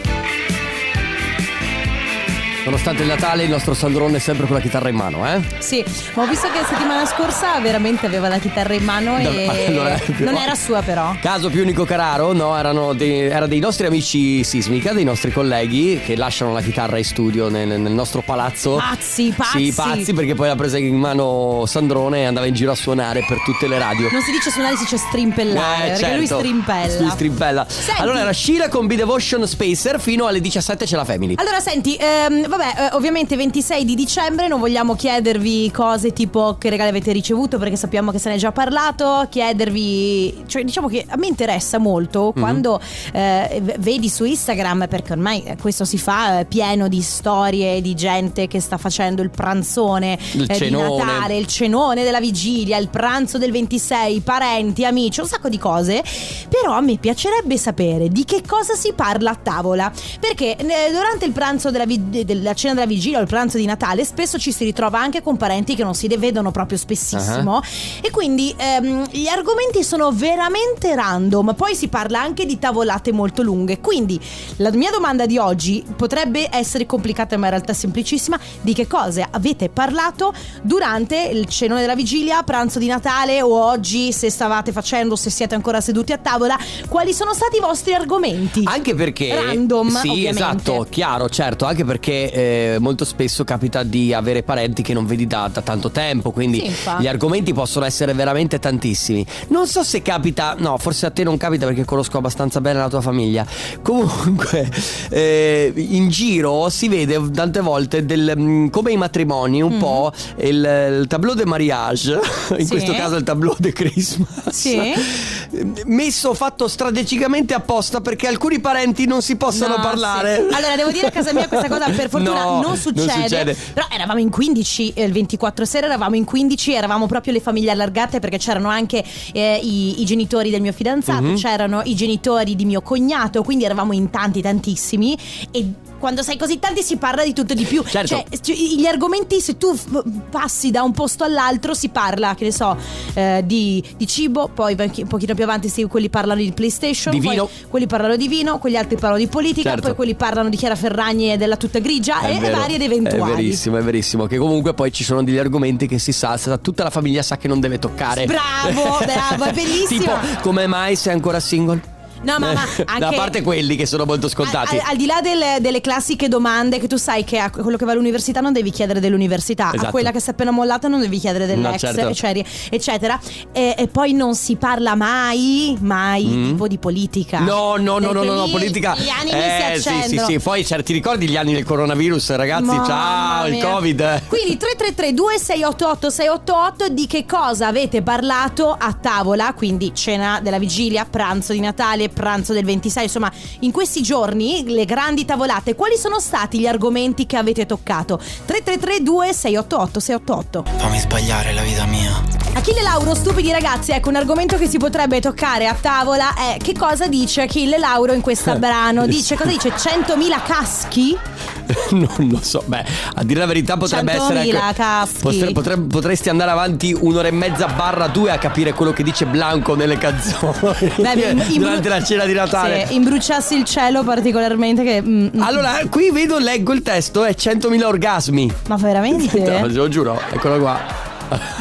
B: Nonostante il Natale, il nostro Sandrone è sempre con la chitarra in mano, eh?
D: Sì, ma ho visto che settimana scorsa veramente aveva la chitarra in mano e
B: Allora, più-
D: non era sua però.
B: Caso più unico cararo, no, erano dei, era dei nostri amici Sismica, dei nostri colleghi che lasciano la chitarra in studio nel, nel nostro palazzo.
D: Pazzi, Ah, pazzi.
B: Oh. Sì, pazzi, perché poi la presa in mano Sandrone e andava in giro a suonare per tutte le radio.
D: Non si dice suonare, si dice strimpellare,
B: Eh,
D: perché
B: certo.
D: lui strimpella.
B: Lui strimpella.
D: Senti.
B: Allora era Shira con B-Devotion Spacer fino alle 17 c'è la Family.
D: Allora, senti, ehm, vabbè, eh, ovviamente 26 di dicembre non vogliamo chiedervi cose tipo che regali avete ricevuto perché sappiamo che se ne è già parlato, chiedervi, cioè diciamo che a me interessa molto quando eh, v- vedi su Instagram, perché ormai eh, questo si fa eh, pieno di storie di gente che sta facendo il pranzone
B: Il
D: eh, di
B: cenone.
D: Natale, il cenone della vigilia, il pranzo del 26, parenti, amici, un sacco di cose. Però a me piacerebbe sapere di che cosa si parla a tavola. Perché eh, durante il pranzo della, vi- della cena della vigilia o il pranzo di Natale spesso ci si ritrova anche con parenti che non si vedono proprio spessissimo.
B: Uh-huh.
D: E quindi ehm, gli argomenti sono veramente random. Poi si parla anche di tavolate molto lunghe. Quindi la mia domanda di oggi potrebbe essere complicata, ma in realtà semplicissima: di che cose avete parlato durante il cenone della vigilia, pranzo di Natale o oggi, se stavate facendo, se siete ancora seduti a tavola, quali sono stati i vostri argomenti?
B: Anche perché
D: Random,
B: Sì,
D: ovviamente.
B: esatto, chiaro, certo, anche perché eh, molto spesso capita di avere parenti che non vedi da, da tanto tempo, quindi
D: Sì, infatti.
B: gli argomenti possono essere veramente tantissimi. Non so se capita, no, forse a te non capita perché conosco abbastanza bene la tua famiglia. Comunque, eh, in giro si vede tante volte del, mm, come i matrimoni, un po' il, il tableau de mariage, in
D: Mm-hmm. Sì.
B: questo caso il tableau de Christmas.
D: Sì.
B: Messo, fatto strategicamente apposta perché alcuni parenti non si possono
D: No,
B: parlare.
D: sì. Allora, devo dire a casa mia questa cosa per fortuna
B: No,
D: non, succede,
B: succede.
D: Però eravamo in 15 eh, il 24 sera, eravamo in 15, eravamo proprio le famiglie allargate perché c'erano anche eh, i, i genitori del mio fidanzato,
B: Mhm.
D: c'erano i genitori di mio cognato, quindi eravamo in tanti, tantissimi e quando sei così tanti si parla di tutto e di più.
B: Certo.
D: Cioè, cioè, gli argomenti, se tu f- passi da un posto all'altro, si parla, che ne so, eh, di, di cibo, poi va- un pochino più avanti sì, quelli parlano di PlayStation,
B: Di
D: poi
B: vino.
D: quelli parlano di vino, quegli altri parlano di politica,
B: Certo.
D: poi quelli parlano di Chiara Ferragni e della tuta grigia
B: È
D: Ah, e
B: vero,
D: varie ed eventuali.
B: È verissimo, è verissimo. Che comunque poi ci sono degli argomenti che si sa, sa- tutta la famiglia sa che non deve toccare.
D: Bravo, bravo, è bellissimo.
B: tipo, come mai sei ancora single?
D: No, ma, ma
B: Eh,
D: anche
B: Da parte quelli che sono molto scontati.
D: Al, al- al di là delle, delle classiche domande che tu sai che a quello che va all'università non devi chiedere dell'università,
B: Esatto.
D: a quella che si è appena mollata non devi chiedere dell'ex,
B: No, certo.
D: eccetera. eccetera. E, e poi non si parla mai, mai tipo di politica.
B: Mm. No, no, no, no,
D: Perché
B: no, no,
D: lì
B: politica.
D: Gli animi
B: eh,
D: si
B: sì, sì,
D: accendono.
B: sì. Poi certo, ti ricordi gli anni del coronavirus, ragazzi?
D: Mamma
B: Ciao, il
D: mia.
B: Covid. eh.
D: Quindi 333 2688 688 di che cosa avete parlato a tavola, quindi cena della vigilia, pranzo di Natale, pranzo del 26, insomma, in questi giorni le grandi tavolate, quali sono stati gli argomenti che avete toccato? 333 2688 688.
I: Fammi sbagliare la vita mia.
D: Achille Lauro, stupidi ragazzi, ecco un argomento che si potrebbe toccare a tavola è che cosa dice Achille Lauro in questo
B: Eh.
D: brano? Dice cosa dice 100.000 caschi?
B: Non lo so, beh, a dire la verità potrebbe essere.
D: 100.000
B: anche-
D: caschi.
B: potre- potre- potresti andare avanti un'ora e mezza barra due a capire quello che dice Blanco nelle canzoni
D: Beh, in- in-
B: durante la cena di Natale.
D: Se imbruciassi il cielo particolarmente che... mm, mm.
B: Allora, qui vedo, leggo il testo, è 100.000 orgasmi.
D: Ma
B: No, te
D: veramente?
B: lo giuro, eccolo qua.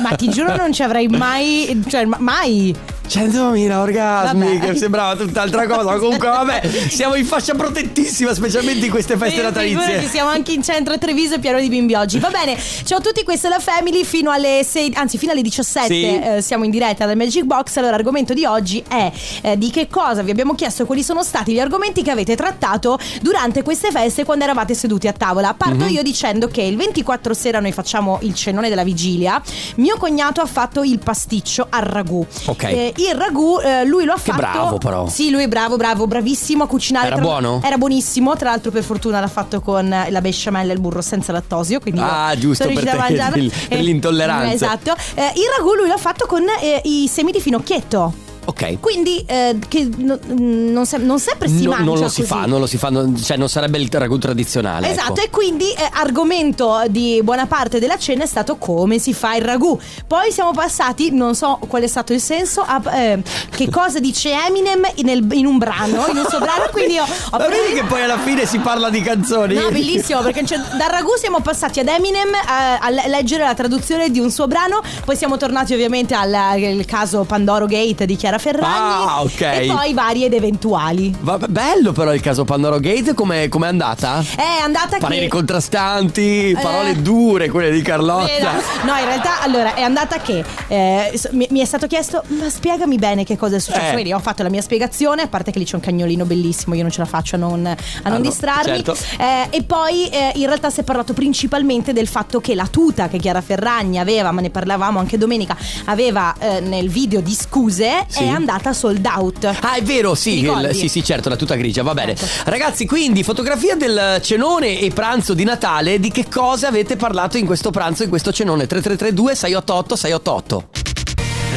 D: Ma ti giuro non ci avrei mai... Cioè, ma- mai!
B: 100.000 orgasmi,
D: Vabbè.
B: che sembrava tutt'altra cosa. ma Comunque, vabbè, siamo in fascia protettissima, specialmente in queste feste natalizie.
D: Figurati, siamo anche in centro a Treviso e pieno di bimbi oggi. Va bene, ciao a tutti, questa è la Family fino alle 6, anzi fino alle 17
B: Sì.
D: eh, siamo in diretta dal Magic Box. Allora, l'argomento di oggi è eh, di che cosa vi abbiamo chiesto, quali sono stati gli argomenti che avete trattato durante queste feste quando eravate seduti a tavola. Parto
B: Mhm.
D: io dicendo che il 24 sera noi facciamo il cenone della vigilia. Mio cognato ha fatto il pasticcio al ragù.
B: Ok.
D: Eh, il ragù eh, lui lo ha
B: Che
D: fatto
B: bravo, però.
D: Sì, lui è bravo, bravo, bravissimo a cucinare.
B: Era
D: Tra-
B: buono?
D: Era buonissimo, tra l'altro per fortuna l'ha fatto con la besciamella e il burro senza lattosio, quindi
B: Ah,
D: io
B: giusto,
D: sono riuscita
B: per
D: a Eh,
B: te,
D: mangiarla.
B: per il- per l'intolleranza.
D: Esatto. Eh, il ragù lui l'ha fatto con eh, i semi di finocchietto.
B: Ok.
D: Quindi eh, che no- mm, non, se- non sempre si
B: No-
D: mangia
B: non lo
D: così.
B: si fa, non lo si fa, non- cioè non sarebbe il ragù tradizionale.
D: Esatto,
B: ecco.
D: e quindi eh, argomento di buona parte della cena è stato come si fa il ragù. Poi siamo passati, non so qual è stato il senso, a eh, che cosa dice Eminem nel- in un brano, in un suo brano. Quindi io ho
B: Ma vedi
D: preso.
B: che poi alla fine si parla di canzoni.
D: No, bellissimo, perché cioè, dal ragù siamo passati ad Eminem eh, a le- leggere la traduzione di un suo brano, poi siamo tornati ovviamente al al caso Pandoro Gate di Chiara Ferragni
B: Ah, ok.
D: e poi vari ed eventuali.
B: Va- bello però il caso Pandoro Gate, come com'è andata?
D: È andata
B: Pareri
D: Eh, che Eh.
B: contrastanti, parole dure quelle di Carlotta.
D: Vero. No, in realtà, allora, è andata che eh, so- mi, mi è stato chiesto, ma spiegami bene che cosa è successo.
B: Eh.
D: Quindi ho fatto la mia spiegazione, a parte che lì c'è un cagnolino bellissimo, io non ce la faccio a non, a non
B: no,
D: distrarmi.
B: certo.
D: Eh, e poi eh, in realtà si è parlato principalmente del fatto che la tuta che Chiara Ferragni aveva, ma ne parlavamo anche domenica, aveva eh, nel video di scuse,
B: Sì.
D: è andata sold out.
B: Ah, è vero, sì,
D: Ti ricordi? Certo.
B: il- sì, sì, certo, la tuta grigia, va bene. Ragazzi, quindi fotografia del cenone e pranzo di Natale, di che cosa avete parlato in questo pranzo, in questo cenone? 3332 688 688.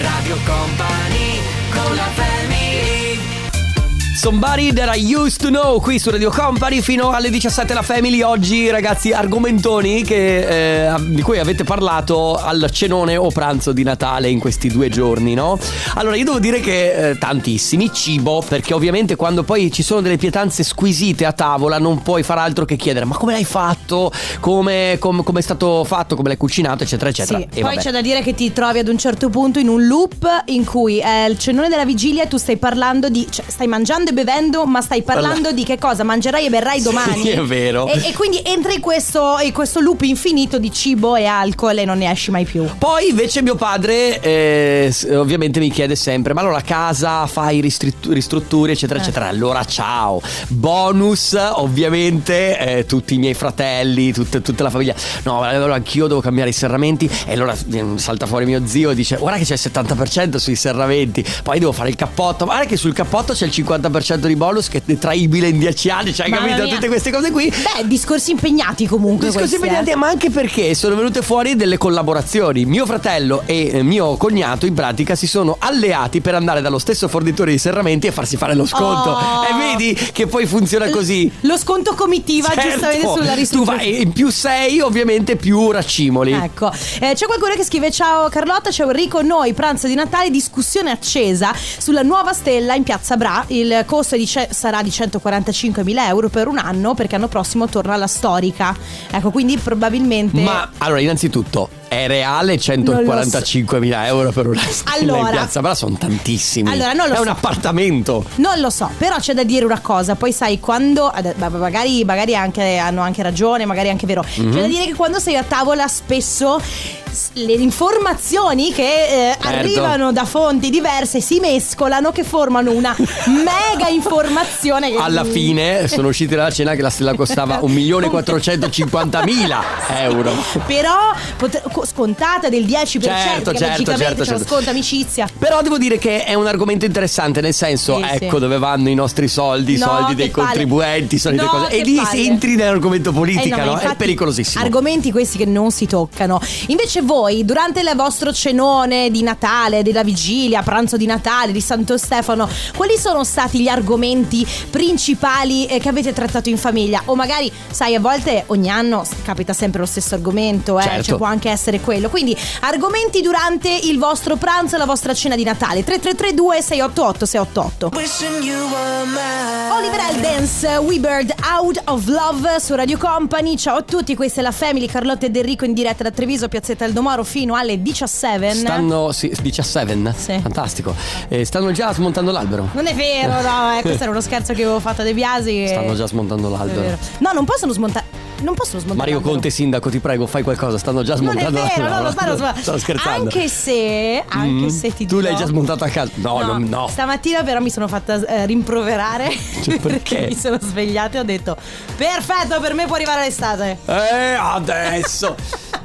B: Radio Company con la Somebody that I used to know qui su Radio Company fino alle 17 la Family oggi ragazzi argomentoni che, eh, av- di cui avete parlato al cenone o pranzo di Natale in questi due giorni no? Allora io devo dire che eh, tantissimi cibo perché ovviamente quando poi ci sono delle pietanze squisite a tavola non puoi far altro che chiedere ma come l'hai fatto? Come, com- come è stato fatto? Come l'hai cucinato? Eccetera eccetera
D: Sì,
B: Cioè, E
D: poi
B: vabbè.
D: c'è da dire che ti trovi ad un certo punto in un loop in cui è il cenone della vigilia e tu stai parlando di. cioè, stai mangiando e bevendo, ma stai parlando di che cosa mangerai e berrai domani.
B: Sì, è vero.
D: E, e quindi entri in questo, in questo loop infinito di cibo e alcol e non ne esci mai più.
B: Poi invece mio padre eh, s- ovviamente mi chiede sempre ma allora casa fai ristrittu- ristrutturi eccetera eccetera
D: Eh.
B: allora ciao bonus ovviamente eh, tutti i miei fratelli tut- tutta la famiglia no allora anch'io devo cambiare i serramenti e allora mm, salta fuori mio zio e dice guarda che c'è il 70% sui serramenti poi devo fare il cappotto guarda che sul cappotto c'è il 50% di bonus che è detraibile in 10 anni cioè hai
D: Mamma
B: capito
D: mia.
B: tutte queste cose qui
D: Beh, discorsi impegnati comunque.
B: Discorsi
D: questi,
B: impegnati,
D: eh.
B: ma anche perché sono venute fuori delle collaborazioni. Mio fratello e eh, mio cognato, in pratica, si sono alleati per andare dallo stesso fornitore di serramenti e farsi fare lo sconto.
D: Oh.
B: E vedi che poi funziona così.
D: eh. Lo sconto comitiva giustamente
B: Certo,
D: sulla
B: tu
D: ristrutturazione.
B: vai in più 6, ovviamente più raccimoli.
D: Ecco, Eh, c'è qualcuno che scrive: Ciao Carlotta, ciao Enrico. Noi, pranzo di Natale, discussione accesa sulla nuova stella in piazza Bra. Il costo è di ce- sarà di 145.000 euro per un anno, perché l'anno prossimo torna la storica. Ecco, quindi probabilmente.
B: Ma allora, innanzitutto, è reale 145.000 euro per una stella
D: Allora.
B: in piazza? Però sono tantissimi.
D: Allora, non lo
B: è un
D: so.
B: appartamento.
D: Non lo so, però c'è da dire una cosa, poi sai quando, ad- ma- ma- magari, magari anche, hanno anche ragione, magari è anche vero,
B: Mhm.
D: c'è da dire che quando sei a tavola spesso s- le informazioni che eh,
B: Certo.
D: arrivano da fonti diverse si mescolano che formano una mega informazione. che- mm.
B: Alla fine sono usciti dalla cena che la stella costava 1.450.000 euro.
D: Però pot- co- scontata del 10%
B: Certo,
D: che
B: certo,
D: logicamente
B: certo,
D: c'è lo
B: certo.
D: sconto amicizia.
B: Però devo dire che è un argomento interessante, nel senso,
D: Sì, sì.
B: ecco dove vanno i nostri soldi, i
D: No,
B: soldi
D: che
B: dei
D: palle.
B: contribuenti, i soldi
D: No,
B: delle cose.
D: che
B: E lì
D: palle.
B: si entri nell'argomento politica,
D: Eh
B: no?
D: ma
B: È
D: infatti,
B: pericolosissimo.
D: Argomenti questi che non si toccano. Invece voi, durante il vostro cenone di Natale, della vigilia, pranzo di Natale, di Santo Stefano, quali sono stati gli argomenti principali eh, che avete trattato in famiglia? O magari, sai, a volte ogni anno s- capita sempre lo stesso argomento, eh,
B: Certo.
D: cioè può anche essere quello. Quindi, argomenti durante il vostro pranzo e la vostra cena di Natale. 3332 688 688. Eh. Oliver Eldens, We Bird Out of Love su Radio Company. Ciao a tutti, questa è la Family, Carlotta ed Enrico in diretta da Treviso, Piazzetta del Domoro fino alle 17.
B: Stanno, sì, 17?
D: Sì.
B: Fantastico. Eh, stanno già smontando l'albero.
D: Non è vero, no, eh, questo era uno scherzo che avevo fatto a De Biasi. e-
B: Stanno già smontando
D: È
B: l'albero.
D: vero. No, non possono smontare. Non possono smontare.
B: Mario
D: l'albero.
B: Conte, sindaco, ti prego, fai qualcosa. Stanno già
D: Non è
B: smontando
D: vero,
B: l'albero.
D: no, lo stanno smontando.
B: Sto scherzando.
D: Anche se, anche
B: Mm.
D: se ti
B: Tu
D: dirò-
B: l'hai già smontato a casa. No, no, no.
D: Stamattina però mi sono fatta eh, rimproverare
B: Cioè, perché?
D: mi sono svegliata e ho detto "Perfetto, per me può arrivare l'estate".
B: Eh, adesso.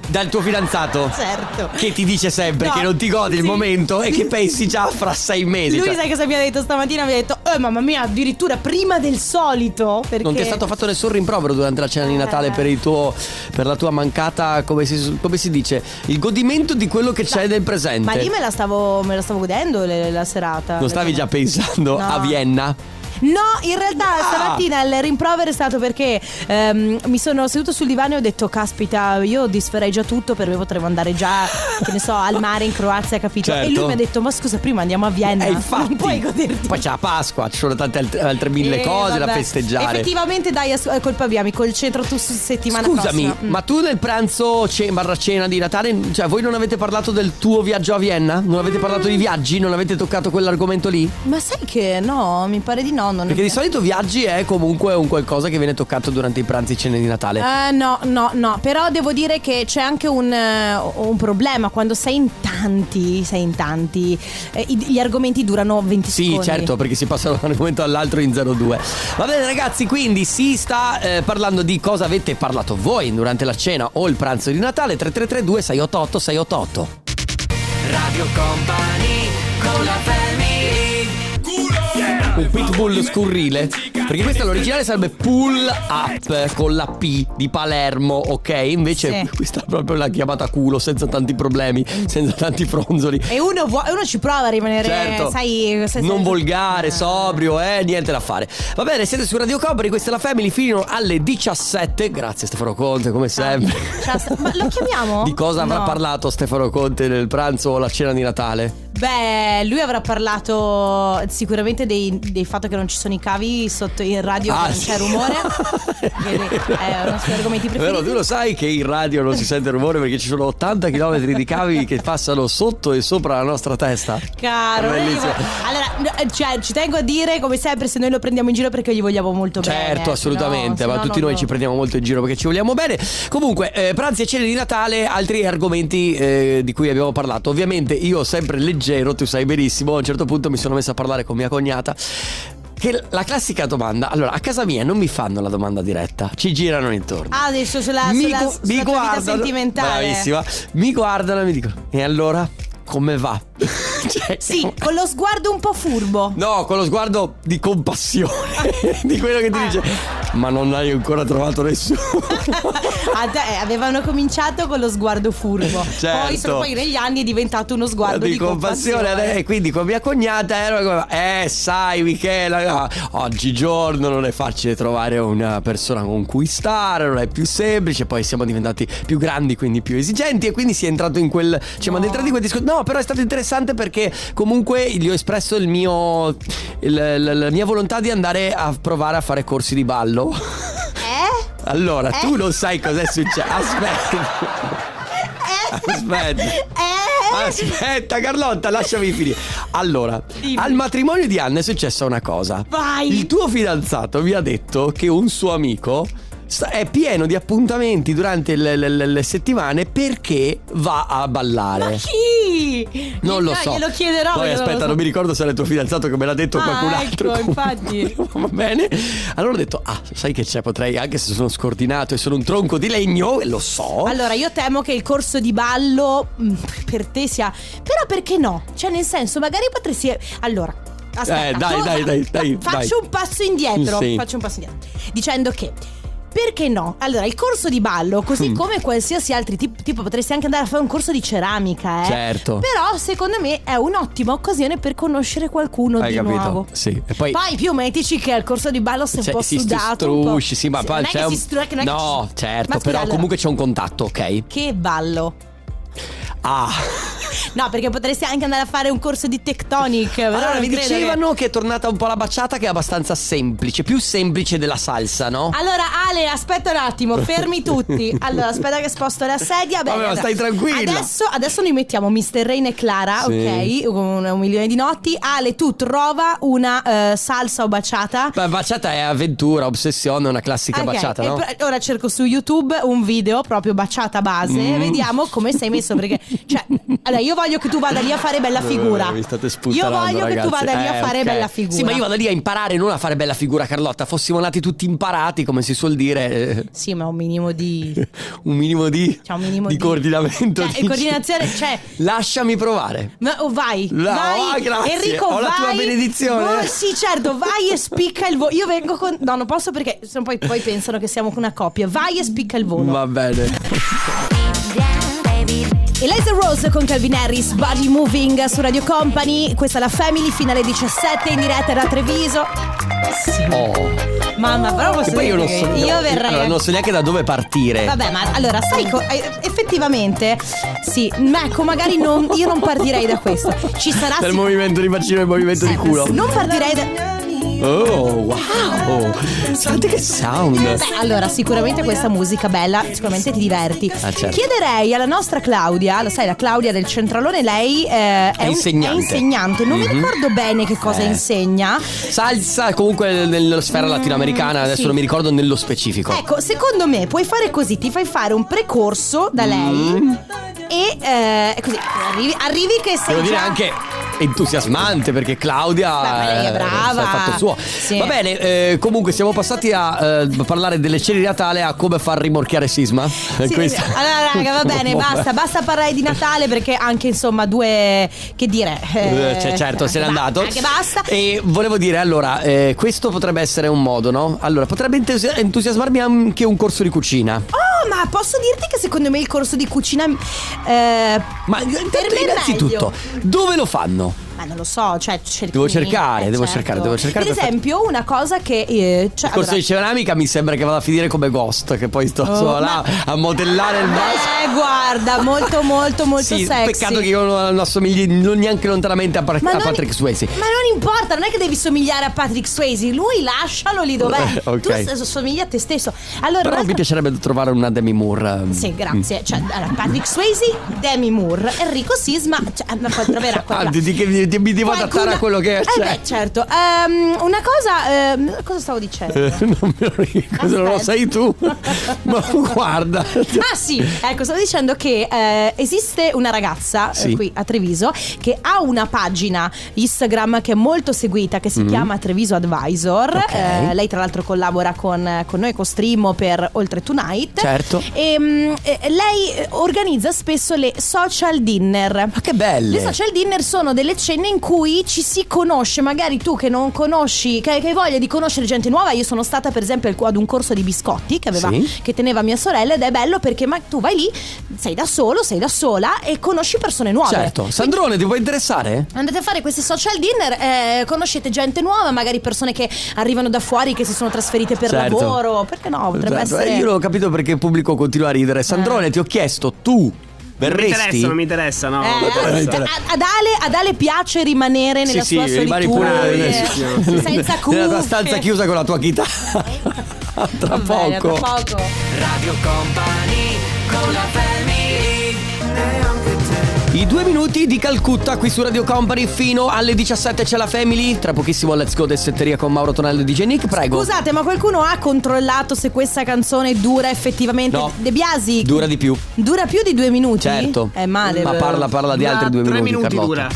B: dal tuo fidanzato.
D: Certo.
B: Che ti dice sempre
D: No,
B: che non ti godi il
D: sì,
B: momento e
D: sì.
B: che pensi già fra sei mesi.
D: Lui
B: cioè,
D: sai cosa mi ha detto stamattina? Mi ha detto, eh mamma mia, addirittura prima del solito. Perché...
B: non ti è stato fatto nessun rimprovero durante la cena di Natale per, il tuo, per la tua mancata, come si, come si dice, il godimento di quello che c'è nel presente.
D: Ma lì me la stavo, me la stavo godendo le- la serata.
B: cioè- Non stavi già Ah! pensando
D: No.
B: a Vienna?
D: No, in realtà stamattina il rimprovero è stato perché ehm, mi sono seduto sul divano e ho detto: Caspita, io disferei già tutto per me potremmo andare già, che ne so, al mare in Croazia, capito? E
B: Certo.
D: lui mi ha detto: Ma scusa, prima andiamo a Vienna.
B: Eh, infatti.
D: Non puoi goderti.
B: Poi c'è la Pasqua, ci sono tante alt- altre mille
D: Eh,
B: cose da
D: vabbè.
B: festeggiare.
D: Effettivamente, dai, ass- è colpa mia, mi concentro tu su settimana
B: Scusami,
D: prossima. Mm.
B: ma tu nel pranzo ce- barra cena di Natale, cioè voi non avete parlato del tuo viaggio a Vienna? Non avete parlato di viaggi? Non avete toccato quell'argomento lì?
D: Ma sai che no, mi pare di no. Non
B: Perché di solito viaggi è comunque un qualcosa che viene toccato durante i pranzi e cene di Natale.
D: Eh, no, no, no, però devo dire che c'è anche un, eh, un problema quando sei in tanti, sei in tanti, eh, i- gli argomenti durano 20
B: Sì,
D: secondi.
B: certo, perché si passa da un argomento all'altro in 02. Va bene, ragazzi, quindi si sta eh, parlando di cosa avete parlato voi durante la cena o il pranzo di Natale 3332 688 688. Radio Company con la un pitbull scurrile. Perché questo l'originale sarebbe pull up con la P di Palermo, ok? Invece
D: Sì.
B: questa è proprio la chiamata culo, senza tanti problemi, senza tanti fronzoli.
D: E uno, vuo- uno ci prova a rimanere,
B: Certo.
D: sai, se-
B: non
D: se-
B: volgare,
D: Ah.
B: sobrio, eh, niente da fare. Va bene, siete su Radio Company, questa è la Family fino alle 17. Grazie Stefano Conte, come sempre.
D: Ah, Ciao, Ste- ma lo chiamiamo?
B: Di cosa avrà
D: No.
B: parlato Stefano Conte nel pranzo o la cena di Natale?
D: Beh, lui avrà parlato sicuramente dei- del fatto che non ci sono i cavi sotto in radio, che
B: Ah,
D: non
B: sì.
D: c'è rumore. Vedi, è uno dei suoi argomenti preferiti.
B: Però tu lo sai che in radio non si sente rumore perché ci sono 80 km di cavi che passano sotto e sopra la nostra testa.
D: Caro, eh,
B: Bellissimo.
D: allora, no, cioè, ci tengo a dire come sempre se noi lo prendiamo in giro perché gli vogliamo molto bene.
B: Certo, assolutamente,
D: se no-
B: ma
D: se no
B: tutti
D: non-
B: noi ci prendiamo molto in giro perché ci vogliamo bene. Comunque, eh, pranzi e cene di Natale, altri argomenti eh, di cui abbiamo parlato. Ovviamente io sempre leggero, tu sai benissimo, a un certo punto mi sono messo a parlare con mia cognata. Che la classica domanda, allora a casa mia non mi fanno la domanda diretta, ci girano intorno.
D: Ah, adesso sulla,
B: mi,
D: sulla,
B: gu-
D: sulla
B: mi
D: tua
B: guardano,
D: vita sentimentale.
B: bravissima, mi guardano e mi dicono, e allora come va? Cioè,
D: Sì, con lo sguardo un po' furbo.
B: No, con lo sguardo di compassione di quello che ti dice. Ma non hai ancora trovato nessuno.
D: A te- eh, avevano cominciato con lo sguardo furbo. Poi
B: Certo.
D: solo poi negli anni è diventato uno sguardo di,
B: di compassione, eh, quindi con mia cognata era come, eh sai Michela, ah, oggigiorno non è facile trovare una persona con cui stare, non è più semplice, poi siamo diventati più grandi, quindi più esigenti e quindi si è entrato in quel, cioè ma dentro di quel discorso, no però è stato interessante perché comunque gli ho espresso il mio, il- la- la mia volontà di andare a provare a fare corsi di ballo.
D: Eh?
B: Allora,
D: Eh?
B: tu non sai cos'è successo. Aspetta.
D: Eh?
B: Aspetta.
D: Eh?
B: Ah, Aspetta, Carlotta, lasciami finire. Allora,
D: Dimmi.
B: al matrimonio di Anna è successa una cosa.
D: Vai.
B: Il tuo fidanzato mi ha detto che un suo amico sta- è pieno di appuntamenti durante le, le- le- le settimane perché va a ballare.
D: Ma chi?
B: Non lo
D: Dai,
B: so.
D: Glielo chiederò.
B: Poi
D: perché
B: aspetta, non,
D: lo so.
B: mi ricordo se era il tuo fidanzato che me l'ha detto o
D: Ah,
B: qualcun
D: ecco,
B: altro. Comunque,
D: infatti.
B: Va bene. Allora ho detto, ah, sai che c'è, potrei, anche se sono scordinato e sono un tronco di legno, e lo so.
D: Allora, io temo che il corso di ballo mm, per te sia. Però perché no? Cioè, nel senso, magari potresti. Allora. Aspetta,
B: Eh, dai, dai, dai, dai,
D: Faccio
B: dai.
D: un passo indietro.
B: Sì.
D: Faccio un passo indietro. Dicendo che. Perché no? Allora, il corso di ballo, così
B: Mm.
D: come qualsiasi altro tipo, tipo, potresti anche andare a fare un corso di ceramica, eh.
B: Certo.
D: Però, secondo me, è un'ottima occasione per conoscere qualcuno
B: Hai
D: di
B: capito?
D: nuovo.
B: Sì. E poi,
D: Poi i più metici che al corso di ballo sei un
B: Cioè,
D: po'
B: si
D: sudato. un po'.
B: strusci, sì, ma
D: Sì,
B: poi
D: non è
B: c'è
D: che
B: un...
D: si stru- non è che
B: No,
D: ci-
B: certo,
D: Ma scusa,
B: però
D: allora,
B: comunque c'è un contatto, ok?
D: Che ballo.
B: Ah.
D: No, perché potresti anche andare a fare un corso di tectonic. però
B: Allora,
D: non
B: Ah, mi
D: credo che-
B: dicevano che... è tornata un po' la baciata che è abbastanza semplice, più semplice della salsa, no?
D: Ah. Allora, Ale, aspetta un attimo, fermi tutti. Allora, aspetta che sposto la sedia. Bene,
B: Vabbè, ma
D: allora,
B: stai tranquilla.
D: Adesso, adesso noi mettiamo Mr. Rain e Clara,
B: Sì.
D: ok? Un, un milione di notti. Ale, tu trova una eh, salsa o baciata.
B: Ma baciata è avventura, ossessione, una classica
D: Ah, Ok,
B: baciata,
D: e
B: no?
D: pr- ora cerco
B: Mm.
D: su YouTube un video proprio baciata base, vediamo come sei messo perché cioè, allora, io voglio che tu vada lì a fare bella figura.
B: Eh, Mi state
D: io
B: spuntando,
D: voglio che tu
B: ragazzi.
D: vada lì a
B: Eh,
D: fare
B: ok.
D: bella figura.
B: Sì, ma io vado lì a imparare, non a fare bella figura, Carlotta. Fossimo nati tutti imparati, come si suol dire. eh,
D: Sì, ma un minimo di.
B: Un minimo di,
D: Cioè, un minimo
B: di
D: di-
B: coordinamento.
D: Cioè,
B: dici.
D: coordinazione, cioè-
B: Lasciami provare.
D: Ma oh, vai,
B: No,
D: vai.
B: ah, grazie.
D: Enrico,
B: Ho
D: vai.
B: la tua benedizione.
D: Oh, sì, certo, vai e spicca il volo. Io vengo con. No, non posso perché sennò poi, poi pensano che siamo una coppia. Vai e spicca il volo.
B: Va bene.
D: Eliza Rose con Calvin Harris, Body Moving su Radio Company. Questa è la Family, finale 17 in diretta da Treviso. Sì.
B: Oh.
D: Mamma, però posso
B: E poi io non
D: dire
B: so.
D: che io verrei.
B: allora, non so neanche da dove partire.
D: Vabbè, ah, ma allora, sai, co- eh, effettivamente, sì, ecco, magari non, io non partirei da questo. Ci sarà
B: Dal
D: sic-
B: movimento di bacino al movimento di culo.
D: Eh, Non partirei da.
B: Oh, wow. Senti che sound.
D: Beh, allora, sicuramente questa musica bella, sicuramente ti diverti.
B: Ah, certo.
D: Chiederei alla nostra Claudia, lo sai, la Claudia del Centralone, lei eh, è, un-
B: insegnante.
D: è insegnante. Non
B: Mhm.
D: mi ricordo bene che cosa
B: Eh.
D: insegna. Mm,
B: Salsa comunque nella sfera latinoamericana, adesso
D: sì.
B: non mi ricordo nello specifico.
D: Ecco, secondo me puoi fare così, ti fai fare un precorso da lei
B: Mm.
D: e eh, così arrivi, arrivi che sei
B: Devo dire
D: già...
B: anche entusiasmante perché Claudia
D: Beh, ma lei è
B: eh,
D: brava.
B: sa il fatto suo.
D: Sì.
B: Va bene, eh, comunque siamo passati a eh, parlare delle cene di Natale a come far rimorchiare Sisma.
D: Sì,
B: Questo-
D: Allora, raga, va bene, basta, basta parlare di Natale perché anche insomma due che dire.
B: Eh, cioè, certo,
D: anche
B: se n'è
D: ba-
B: andato.
D: Anche basta.
B: E volevo dire, allora, eh, questo potrebbe essere un modo, no? Allora, potrebbe entusi- entusiasmarmi anche un corso di cucina.
D: Oh, ma posso dirti che secondo me il corso di cucina eh,
B: Ma
D: per
B: intanto,
D: me è
B: innanzitutto,
D: meglio.
B: dove lo fanno?
D: Ma non lo so, cioè cerchi-
B: Devo cercare,
D: eh,
B: devo cercare, devo cercare
D: Per
B: per fa-
D: esempio, una cosa che eh, cioè,
B: Il corso
D: allora- Oh,
B: di ceramica mi sembra che vada a finire come Ghost, che poi sto solo là a modellare il vaso.
D: Eh, guarda, molto molto molto
B: Sì,
D: sexy.
B: peccato che io non, non assomigli non neanche lontanamente a, Par- a Patrick Swayze.
D: Ma non importa, non è che devi somigliare a Patrick Swayze, lui lascialo lì dov'è.
B: Ok.
D: Tu s- somigli a te stesso. Allora,
B: Però
D: un'altra-
B: mi piacerebbe trovare una Demi Moore. ehm.
D: Sì, grazie. Cioè, allora, Patrick Swayze, Demi Moore, Enrico Sisma, cioè, ma poi troverà quella.
B: Ah, di- di- che mi, di- mi devo adattare a quello che cioè.
D: Eh
B: c'è.
D: beh, certo. Ehm, una cosa, ehm, cosa stavo dicendo?
B: Eh, non me lo ricordo, non
D: certo.
B: lo
D: Aspetta.
B: sai tu. Ma guarda.
D: Ah sì, ecco, stavo dicendo che eh, esiste una ragazza eh,
B: Sì.
D: qui a Treviso che ha una pagina Instagram che è molto seguita, che si chiama Treviso Advisor.
B: Mm-hmm. Ok.
D: Eh, lei tra l'altro collabora con, con noi, con Streamo per Oltre Tonight.
B: Certo.
D: E, mm, eh, lei eh, organizza spesso le social dinner.
B: Ma che belle.
D: Le social dinner sono delle cene in cui ci si conosce, magari tu che non conosci, che, che hai voglia di conoscere gente nuova. Io sono stata, per esempio, al- ad un corso di biscotti che, aveva,
B: Sì.
D: che teneva mia sorella, ed è bello perché ma- tu vai lì, sei da solo, sei da sola e conosci persone nuove.
B: Certo. Sandrone, ti può interessare?
D: Andate a fare questi social dinner, eh, conoscete gente nuova, magari persone che arrivano da fuori, che si sono trasferite per
B: Certo.
D: lavoro. Perché no? Potrebbe
B: Certo. Eh,
D: essere.
B: Io non ho capito perché il pubblico continua a ridere. Sandrone, ti ho chiesto, tu verresti?
J: interessa, no.
D: Eh,
B: non
D: ad,
B: interessa.
D: ad Ale, ad Ale piace rimanere nella
B: sì,
D: sua
B: sì, rimani
D: solitudine,
B: pure
D: senza cuffie.
B: eh, nella tua stanza chiusa con la tua chitarra.
D: Va
B: tra
D: bene,
B: poco.
D: Tra poco.
B: I due minuti di Calcutta qui su Radio Company fino alle 17 c'è la Family. Tra pochissimo Let's Go del Setteria con Mauro Tonello di Genic. Prego.
D: Scusate, ma qualcuno ha controllato se questa canzone dura effettivamente?
B: No.
D: De Biasi
B: Dura di più.
D: dura più di due minuti?
B: Certo.
D: È male.
B: Ma
D: vero?
B: parla, parla di altri due minuti. Carlotta.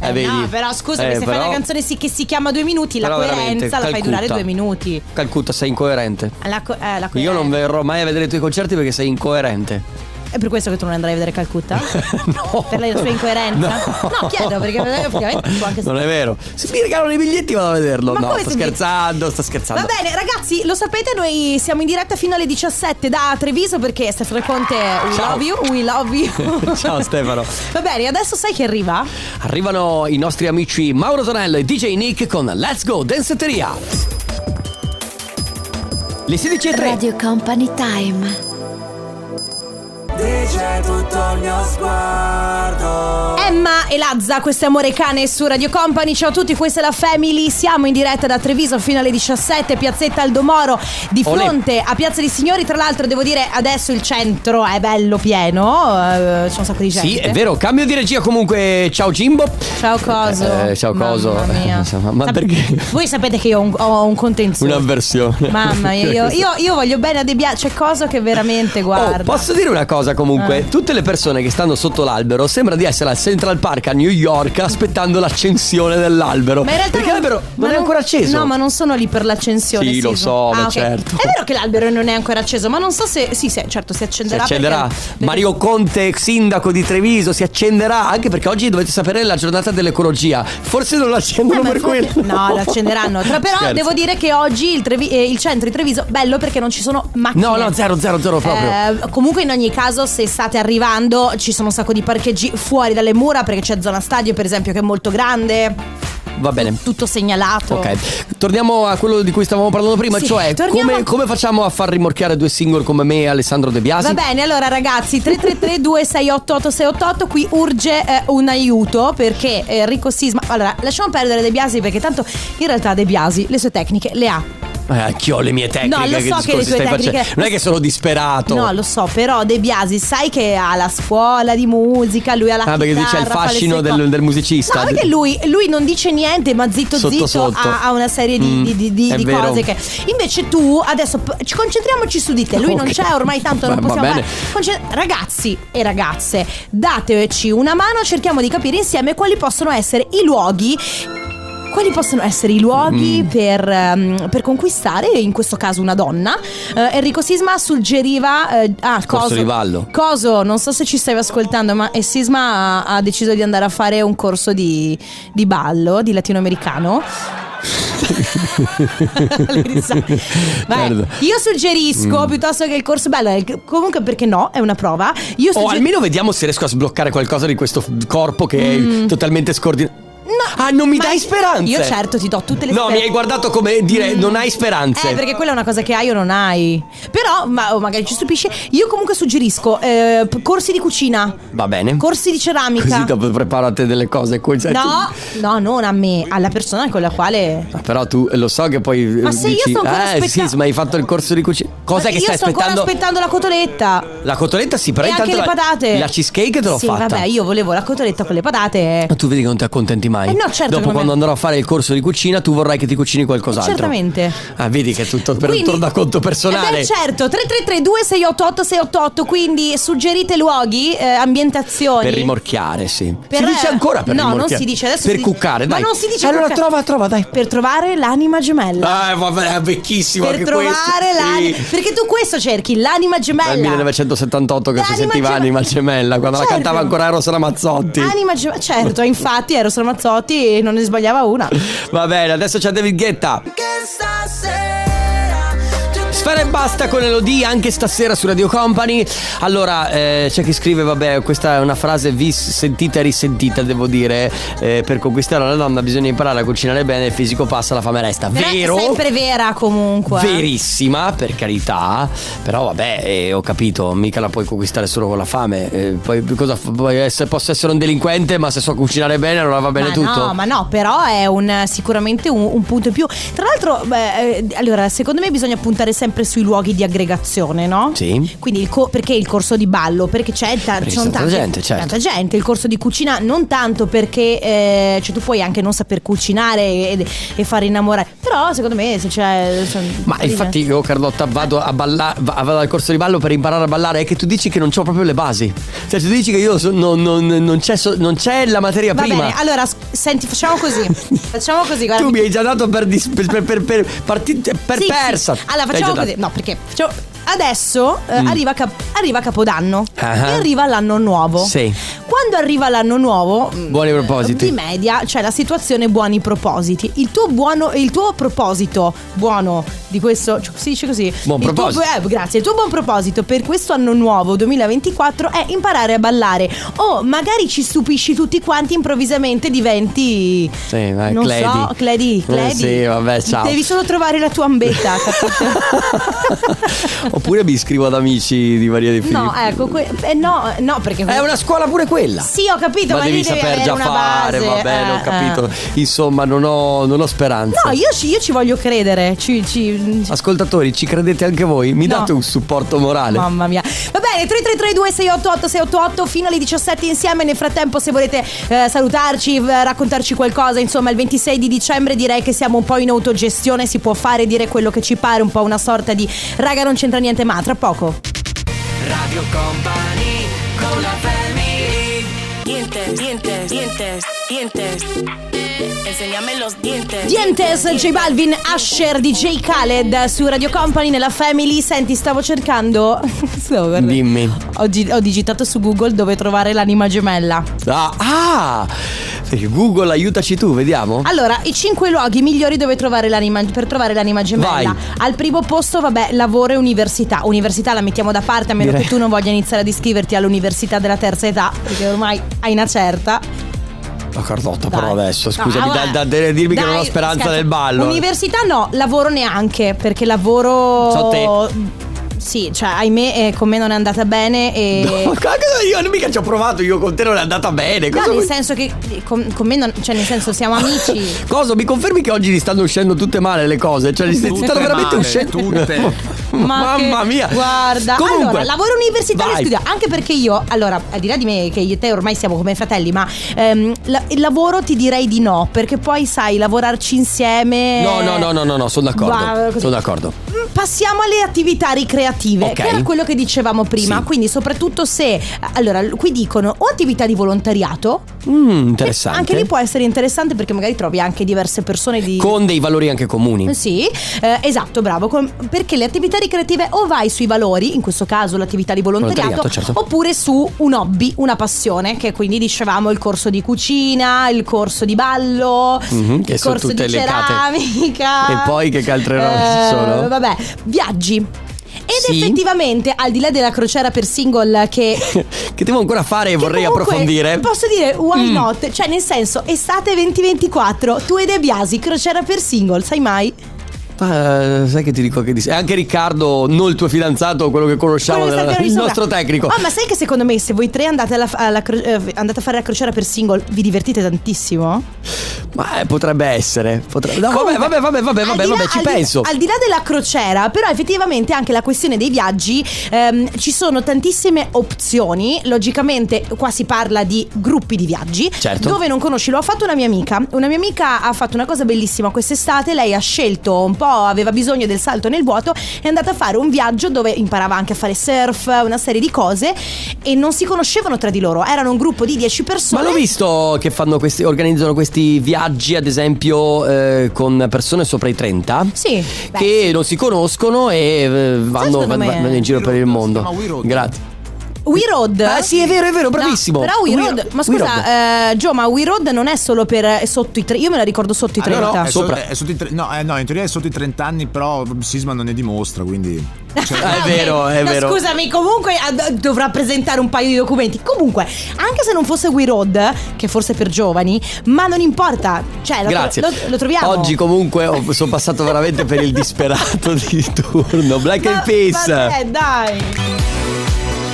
B: Eh,
D: Eh,
B: vedi?
D: no, però scusami,
B: Eh,
D: se fai
B: però-
D: una canzone sì- che si chiama due minuti, la
B: però veramente,
D: coerenza la fai
B: Calcutta.
D: durare due minuti.
B: Calcutta, sei incoerente.
D: La co- eh, la
B: Io
D: coerenza.
B: non verrò mai a vedere i tuoi concerti perché sei incoerente.
D: È per questo che tu non andrai a vedere Calcutta?
B: No.
D: Per la sua incoerenza? No, chiedo, perché effettivamente può anche
B: Non è vero. Se mi regalano i biglietti vado a vederlo.
D: Ma
B: no,
D: come
B: sto
D: se mi-
B: scherzando, sto scherzando.
D: Va bene, ragazzi, lo sapete, noi siamo in diretta fino alle 17 da Treviso perché Stefano Conte, we
B: Ciao.
D: love you, we love you.
B: Ciao, Stefano.
D: Va bene, adesso sai chi arriva?
B: Arrivano i nostri amici Mauro Tonello e DJ Nick con Let's Go Danceteria. Le 16.30.
E: Radio Company Time.
D: È Emma e Lazza, questo è Amore Cane su Radio Company. Ciao a tutti, questa è la Family. Siamo in diretta da Treviso fino alle 17, piazzetta Aldomoro, di
B: Olè.
D: fronte a Piazza dei Signori. Tra l'altro, devo dire, adesso il centro è bello pieno, eh, c'è un sacco di gente.
B: Sì, è vero, cambio di regia comunque. Ciao Jimbo.
D: Ciao Coso.
B: Eh, ciao, Coso.
D: Mamma mia.
B: Ma- ma
D: Sap-
B: perché?
D: Voi sapete che io ho un, ho un contenzioso.
B: Un'avversione.
D: Mamma mia, io, io- io voglio bene a De Biasi, c'è Coso che veramente guarda.
B: Oh, posso dire una cosa comunque?
D: Eh.
B: Tutte le persone che stanno sotto l'albero sembra di essere al Central Park a New York aspettando l'accensione dell'albero.
D: Ma in realtà
B: Perché
D: non-
B: l'albero
D: ma
B: non è ancora acceso.
D: No, ma non sono lì per l'accensione.
B: Sì, lo
D: Sisma.
B: so, ma
D: ok.
B: certo.
D: È vero che l'albero non è ancora acceso, ma non so se. Sì, se- certo, si
B: Si
D: accenderà.
B: accenderà.
D: perché-
B: Mario Conte, sindaco di Treviso, si accenderà anche perché oggi dovete sapere è la giornata dell'ecologia. Forse non
D: Eh,
B: l'accendono
D: ma
B: per
D: infatti-
B: quello.
D: No, lo accenderanno. Tra- però
B: Scherzo.
D: devo dire che oggi il, Trevi- eh, il centro di Treviso bello perché non ci sono macchine.
B: No, no, zero, zero, zero proprio.
D: Eh, comunque in ogni caso se state arrivando ci sono un sacco di parcheggi fuori dalle mura perché c'è zona stadio per esempio che è molto grande,
B: Va bene.
D: tutto segnalato.
B: Ok, torniamo a quello di cui stavamo parlando prima,
D: Sì,
B: cioè
D: torniamo
B: come,
D: a-
B: come facciamo a far rimorchiare due single come me e Alessandro De Biasi?
D: Va bene, allora ragazzi, 333 2688 qui urge eh, un aiuto perché eh, Enrico Sisma... Allora, lasciamo perdere De Biasi perché tanto in realtà De Biasi le sue tecniche le ha.
B: Eh, anch'io ho le mie tecniche.
D: No, lo so che
B: discorsi
D: le tue
B: stai
D: tecniche-
B: facendo. Non è che sono disperato.
D: No, lo so, però De Biasi sai che ha la scuola di musica, lui ha la
B: Ah, perché tu
D: chitarra,
B: c'è il
D: fa le
B: fascino
D: sue
B: del-
D: cose.
B: del musicista.
D: No, perché lui, lui non dice niente, ma zitto
B: Sotto
D: zitto
B: sotto.
D: Ha, ha una serie di,
B: Mm,
D: di- di- di-
B: è
D: di
B: vero.
D: cose che... Invece tu, adesso, p- ci concentriamoci su di te. Lui non
B: Ok.
D: c'è ormai tanto, non
B: Va- va
D: possiamo
B: bene.
D: fare... Conce- Ragazzi e ragazze, dateci una mano, cerchiamo di capire insieme quali possono essere i luoghi... Quali possono essere i
B: Mm.
D: luoghi per, ehm, per conquistare, in questo caso una donna? Eh, Enrico Sisma suggeriva... eh, ah,
B: Corso
D: coso,
B: di ballo.
D: Coso, non so se ci stavi ascoltando, ma eh, Sisma ha, ha deciso di andare a fare un corso di, di ballo, di latinoamericano. Le risate. Vabbè,
B: Certo.
D: Io
B: Mm.
D: suggerisco piuttosto che il corso bello, eh, comunque perché no, è una prova. Io
B: O
D: suggerisco...
B: almeno vediamo se riesco a sbloccare qualcosa di questo f- corpo che è totalmente scordinato.
D: No,
B: Ah, non mi
D: Mm. ma
B: dai speranze?
D: Io certo ti do tutte le
B: No,
D: speranze.
B: mi hai guardato come dire non hai speranze.
D: Eh, perché quella è una cosa che hai o non hai. Però, ma, o magari ci stupisce. Io comunque suggerisco eh, p- corsi di cucina,
B: Va bene.
D: corsi di ceramica.
B: Così dopo preparate delle cose. co- cioè,
D: No, no, non a me, alla persona con la quale.
B: tu- Però tu lo so che poi.
D: Ma
B: eh,
D: se io
B: dici,
D: sto ancora
B: eh,
D: aspetta-
B: sì, ma hai fatto il corso di cucina. Cosa che
D: Io
B: stai
D: sto
B: aspettando?
D: ancora aspettando la cotoletta.
B: la cotoletta si
D: E
B: prende
D: anche le patate.
B: La cheesecake te l'ho
D: sì,
B: fatta.
D: Vabbè, io volevo la cotoletta con le patate.
B: Ma tu vedi che non ti accontenti mai.
D: Eh no, certo che
B: Dopo
D: non mi-
B: quando andrò a fare il corso di cucina, tu vorrai che ti cucini qualcos'altro.
D: Certamente.
B: Ah, vedi che è tutto per
D: Quindi-
B: un tornaconto personale.
D: Eh beh, certo, 3332 688 688, quindi suggerite luoghi, eh, ambientazioni.
B: Per rimorchiare, sì.
D: Per-
B: si dice ancora per
D: no,
B: rimorchiare.
D: non si dice adesso.
B: Per
D: si-
B: cuccare,
D: ma
B: dai.
D: non si dice
B: Allora
D: cuccare.
B: trova, trova, dai.
D: Per trovare l'anima gemella.
B: Ah, vabbè, è vecchissimo
D: per
B: anche
D: trovare
B: questo.
D: l'anima.
B: Sì.
D: Perché tu questo cerchi, l'anima gemella.
B: Dal 1978 che si
D: L'anima
B: sentiva
D: gemella.
B: Anima Gemella, quando
D: Certo.
B: la cantava ancora Rosa Mazzotti.
D: Anima gemella. Certo, infatti ero Mazzotti e non ne sbagliava una.
B: Va bene, adesso c'è David Guetta. Sfera e basta con Elodie anche stasera su Radio Company. Allora, eh, c'è chi scrive, vabbè, questa è una frase vis sentita e risentita, devo dire. Eh, per conquistare una donna bisogna imparare a cucinare bene, il fisico passa, la fame resta.
D: Però
B: Vero?
D: È sempre vera comunque. eh.
B: Verissima, per carità, però vabbè, eh, ho capito, mica la puoi conquistare solo con la fame. Eh, poi cosa f- puoi essere- posso essere un delinquente, ma se so cucinare bene allora va bene
D: ma
B: tutto.
D: No, ma no, però è un, sicuramente un, un punto in più. Tra l'altro, beh, eh, allora, secondo me bisogna puntare sempre sui luoghi di aggregazione, no?
B: Sì.
D: Quindi il co- perché il corso di ballo? Perché c'è ta-
B: Perché
D: ci
B: c'è
D: sono
B: tanta
D: tante-
B: gente, certo.
D: tanta gente. Il corso di cucina non tanto perché eh, cioè, tu puoi anche non saper cucinare e, e far innamorare. Però secondo me se c'è. cioè,
B: Ma infatti io Carlotta vado a ballare vado al corso di ballo per imparare a ballare è che tu dici che non ho proprio le basi. Cioè tu dici che io so- non, non- non c'è, so- non c'è la materia
D: Va
B: prima.
D: bene, allora s- senti, facciamo così. facciamo così, guarda.
B: tu
D: mi-
B: mi hai già dato per, dis- per, per, per- per parti- per
D: Sì, sì.
B: persa. Mm.
D: Allora
B: L'hai
D: facciamo
B: già
D: così.
B: dato.
D: No, perché facciamo- adesso eh, arriva, Cap- arriva Capodanno
B: Ah.
D: e arriva l'anno nuovo.
B: Sì.
D: Quando arriva l'anno nuovo, mh,
B: Buoni propositi.
D: Di media c'è la situazione buoni propositi. Il tuo buono il tuo proposito buono di questo cioè, si dice così.
B: Buon
D: Il tuo-
B: proposito.
D: eh, grazie. Il tuo buon proposito per questo anno nuovo 2024 è imparare a ballare o magari ci stupisci tutti quanti improvvisamente diventi
B: Sì, ma
D: non
B: Cledi.
D: so, Cledi,
B: Eh,
D: Cledi.
B: sì, vabbè, ciao.
D: Devi solo trovare la tua ambetta, capito?
B: Oppure mi iscrivo ad amici di Maria De Filippi.
D: no, ecco, que- eh, no, no, perché
B: È una scuola pure quella.
D: Sì, ho capito, ma,
B: ma
D: lì
B: devi
D: devi
B: saper
D: avere
B: già
D: una
B: fare,
D: base.
B: va bene,
D: Eh,
B: ho
D: eh.
B: capito. Insomma, non ho, non ho speranza.
D: No, io ci, io ci voglio credere. Ci, ci- ci-
B: Ascoltatori, ci credete anche voi? Mi
D: No.
B: date un supporto morale?
D: Mamma mia. Va bene, 3332 688 688 fino alle 17 insieme. Nel frattempo, se volete eh, salutarci, eh, raccontarci qualcosa, insomma, il 26 di dicembre direi che siamo un po' in autogestione, si può fare dire quello che ci pare, un po' una sorta di raga non c'entra niente, ma tra poco.
E: Dientes, dientes, dientes, dientes. Enseñame los dientes.
D: Dientes, J Balvin, Asher, DJ Khaled su Radio Company nella Family. Senti, stavo cercando. Stavo guardando.
B: Dimmi.
D: Ho, gi- ho digitato su Google dove trovare l'anima gemella.
B: Ah, ah! Google, aiutaci tu, vediamo.
D: Allora, i cinque luoghi migliori dove trovare l'anima, per trovare l'anima gemella.
B: Vai.
D: Al primo posto, vabbè, lavoro e università. Università la mettiamo da parte, a meno
B: Direi.
D: che tu non voglia iniziare ad iscriverti all'università della terza età, perché ormai hai una certa.
B: Ma Carlotta,
D: Dai.
B: però adesso, scusami,
D: No,
B: da,
D: guarda.
B: da- da- dirmi che
D: Dai,
B: non ho speranza
D: scherzo.
B: nel ballo. eh.
D: Università no, lavoro neanche, perché lavoro...
B: So te.
D: Sì, cioè, ahimè, eh, con me non è andata bene e...
B: No, ma cosa- io non mica ci ho provato, io con te non è andata bene.
D: No,
B: Cosa,
D: nel
B: vuoi-
D: senso che con, con me non, cioè nel senso siamo amici.
B: Cosa? Mi confermi che oggi gli stanno uscendo tutte male le cose? Cioè, gli stanno veramente uscendo
D: Ma che-
B: Mamma mia.
D: Guarda,
B: Comunque,
D: allora, lavoro universitario e
B: vai.
D: studio, anche perché io, allora, al di là di me che io e te ormai siamo come fratelli, ma ehm, la- il lavoro ti direi di no, perché poi sai, lavorarci insieme
B: No, no, no, no, no, no, sono
D: Va,
B: d'accordo.
D: così.
B: Sono d'accordo.
D: Mm, Passiamo alle attività ricreative,
B: Ok.
D: che era quello che dicevamo prima,
B: Sì.
D: quindi soprattutto se allora qui dicono o attività di volontariato,
B: Mm, interessante.
D: anche lì può essere interessante perché magari trovi anche diverse persone di
B: Con dei valori anche comuni.
D: sì, eh, esatto, bravo. com- perché le attività ricreative o vai sui valori, in questo caso l'attività di volontariato,
B: Volontariato, certo.
D: oppure su un hobby, una passione, che quindi dicevamo il corso di cucina, il corso di ballo,
B: Mhm, che
D: il
B: sono
D: corso
B: tutte
D: di
B: elencate.
D: ceramica. Eh,
B: E poi che altre robe ci sono?
D: Vabbè, viaggi. Ed
B: Sì.
D: effettivamente, al di là della crociera per single che
B: che devo ancora fare e
D: che
B: vorrei
D: comunque,
B: approfondire. Mm.
D: Posso dire why not? Cioè, nel senso, estate 2024, tu e De Biasi, crociera per single, sai mai?
B: Ma, eh, sai che ti dico che disse? E anche Riccardo, non il tuo fidanzato, quello che conosciamo,
D: Quello che
B: della-
D: sappiamo di
B: il
D: sopra.
B: nostro tecnico.
D: Ah, ma sai che secondo me se voi tre andate, alla- alla cro- eh, andate a fare la crociera per single, vi divertite tantissimo?
B: Ma eh, potrebbe essere. potrebbe- No,
D: Comunque,
B: vabbè, vabbè, vabbè, vabbè,
D: al
B: vabbè,
D: di là-
B: vabbè, ci
D: al di-
B: penso.
D: al di là della crociera, però effettivamente anche la questione dei viaggi, ehm, ci sono tantissime opzioni. Logicamente qua si parla di gruppi di viaggi.
B: Certo.
D: Dove non conosci, lo ha fatto una mia amica. Una mia amica ha fatto una cosa bellissima quest'estate, lei ha scelto un po', aveva bisogno del salto nel vuoto, è andata a fare un viaggio dove imparava anche a fare surf, una serie di cose e non si conoscevano tra di loro, erano un gruppo di 10
B: Ma
D: persone.
B: l'ho visto che fanno questi, organizzano questi viaggi, ad esempio, eh, con persone sopra i 30.
D: Sì, beh,
B: Che non si conoscono e eh, vanno,
D: secondo
B: van-
D: me-
B: vanno in giro per il mondo. Grazie.
D: We Road?
B: Ah, sì, è vero, è
D: No,
B: vero, bravissimo.
D: però We
B: We
D: Road,
B: Ro-
D: ma
B: We
D: scusa, eh, Gio, ma We Road non è solo per eh, sotto i tre. Io me la ricordo sotto i
B: Ah, no,
D: 30.
B: no, sopra.
J: È sotto i tre- no, eh, no, in teoria è sotto i 30 anni, però Sisma non ne dimostra, quindi...
B: Ah, è vero, è
D: No,
B: vero.
D: Scusami, comunque ah, do- dovrà presentare un paio di documenti. Comunque, anche se non fosse We Road, che forse è per giovani, ma non importa. Cioè, lo,
B: Grazie.
D: lo, lo troviamo.
B: Oggi comunque ho- sono passato veramente per il disperato di turno. Black
D: Ma-
B: and Peace.
D: vabbè, dai.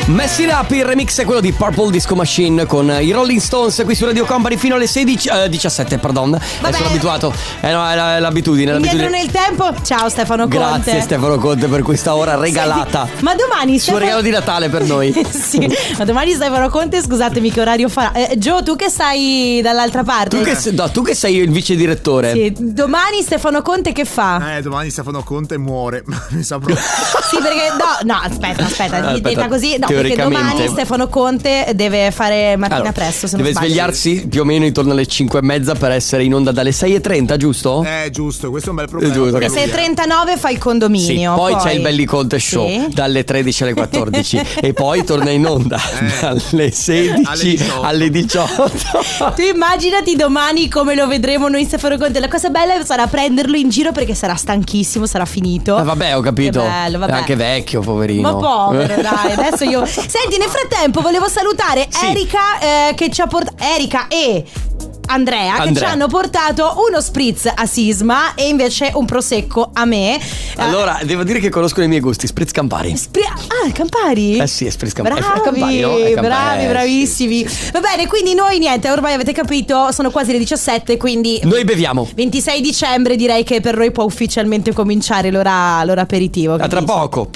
B: Messi in up, il remix è quello di Purple Disco Machine con i Rolling Stones qui su Radio Company fino alle 16, eh, 17, pardon. Eh, sono abituato. Eh no, è, la- è l'abitudine, è
D: Indietro nel
B: l'abitudine.
D: tempo. Ciao Stefano Conte.
B: Grazie Stefano Conte per questa ora regalata.
D: Senti, ma domani
B: Suo
D: Stefano...
B: regalo di Natale per noi.
D: Eh, sì, ma domani Stefano Conte, scusatemi che orario farà. Eh, Gio, tu che stai dall'altra parte?
B: Tu che, se- no, tu che sei il vice direttore.
D: Sì, domani Stefano Conte che
B: Ah.
D: fa?
J: Eh, domani Stefano Conte muore. Mi sa proprio...
D: Sì, perché no, no, aspetta, aspetta,
B: Ah, aspetta,
D: detta così, no, perché
B: teoricamente.
D: domani Stefano Conte deve fare mattina
B: Allora,
D: presto, se non
B: deve
D: sbaglio.
B: svegliarsi più o meno intorno alle 5 e mezza per essere in onda dalle 6.30, giusto?
J: Eh, giusto, questo è un bel problema.
B: giusto,
J: per
B: ok.
J: lui,
D: Se
J: eh.
D: 39 fa il
B: Sì,
D: condominio.
B: poi, c'è il Belli Conte Show
D: Sì.
B: dalle 13 alle 14 e poi torna in onda
J: Eh.
B: dalle 16
J: Alle 18.
B: alle 18.
D: Tu immaginati domani come lo vedremo noi Stefano Conte. La cosa bella sarà prenderlo in giro perché sarà stanchissimo, sarà finito.
B: Ah, vabbè, ho capito.
D: Oh, Che bello, vabbè.
B: È anche vecchio, poverino.
D: Ma povero, dai, adesso io. Senti, nel frattempo volevo salutare
B: Sì.
D: Erika eh, che ci ha portato. Erika e. Andrea, che ci
B: Andrea.
D: hanno portato uno spritz a Sisma e invece un prosecco a me. Eh,
B: Allora, devo dire che conoscono i miei gusti. Spritz Campari.
D: Spri- ah, Campari?
B: Eh sì, è Spritz Campari.
D: Bravi,
B: È Campari, no? È Campari.
D: bravi,
B: Eh,
D: bravissimi. Va bene, quindi noi niente, ormai avete capito, sono quasi le 17, quindi
B: Noi beviamo.
D: 26 dicembre direi che per noi può ufficialmente cominciare l'ora, l'ora aperitivo.
B: A tra poco.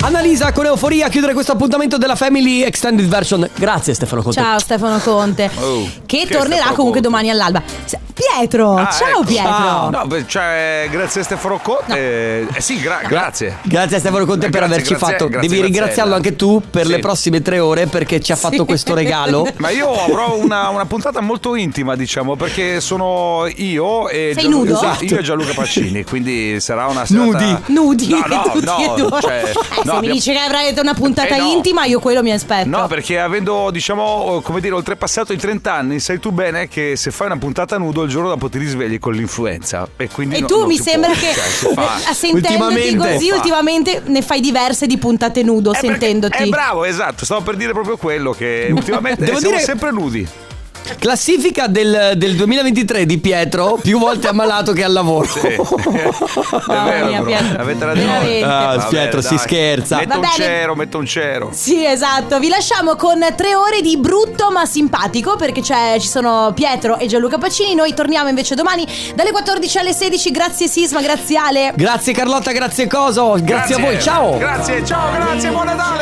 B: Annalisa con euforia a chiudere questo appuntamento della Family Extended Version. Grazie Stefano Conte.
D: Ciao Stefano Conte,
K: Oh,
D: che
K: che
D: tornerà
K: Stefano
D: comunque
K: Conte.
D: domani all'alba. S- Pietro,
K: Ah,
D: ciao
K: ecco.
D: Pietro.
K: Ah, no, beh, cioè, grazie a Stefano Conte. Eh, eh, sì, gra- grazie.
B: Grazie a Stefano Conte per
K: Grazie,
B: averci
K: grazie,
B: fatto.
K: grazie,
B: Devi
K: grazie.
B: ringraziarlo anche tu per
K: Sì.
B: le prossime tre ore perché ci ha fatto
K: Sì.
B: questo regalo.
K: Ma io avrò una, una puntata molto intima, diciamo, perché sono io e,
D: Sei
K: Gianlu-
D: nudo?
K: Sì,
D: Esatto.
K: io e Gianluca Pacini, quindi sarà una serata
D: Nudi. Nudi.
K: No, no,
D: tutti
K: no,
D: e due.
K: cioè,
D: Eh,
K: no,
D: Se mi
K: abbiamo-
D: dici che avrai detto una puntata
K: Eh, no.
D: intima, io quello mi aspetto.
K: No, perché avendo, diciamo, come dire, oltrepassato i 30 anni, sai tu bene che se fai una puntata nudo il giorno dopo ti risvegli con l'influenza. E, quindi
D: E
K: no-
D: tu
K: non
D: mi
K: si
D: sembra
K: può,
D: che Eh,
K: cioè, si fa.
D: a sentendoti così
K: Fa.
D: ultimamente ne fai diverse di puntate nudo sentendoti.
K: Eh, bravo, esatto, stavo per dire proprio quello che ultimamente
B: Devo
K: siamo
B: dire-
K: sempre nudi.
B: Classifica del, del 2023 di Pietro, più volte ammalato che al lavoro.
K: È vero,
D: mia,
K: bro.
D: Pietro.
K: avete ragione.
D: Veramente.
B: Ah,
K: Vabbè,
B: Pietro, si
K: dai.
B: scherza.
K: Metto
D: Va
K: un
D: bene.
K: cero, metto un cero.
D: Sì, esatto. Vi lasciamo con tre ore di brutto ma simpatico perché c'è- ci sono Pietro e Gianluca Pacini. Noi torniamo invece domani dalle 14 alle 16. Grazie Sisma, grazie Ale.
B: Grazie Carlotta, grazie Coso, grazie, a voi, ciao.
K: Grazie, ciao, grazie, buon Natale.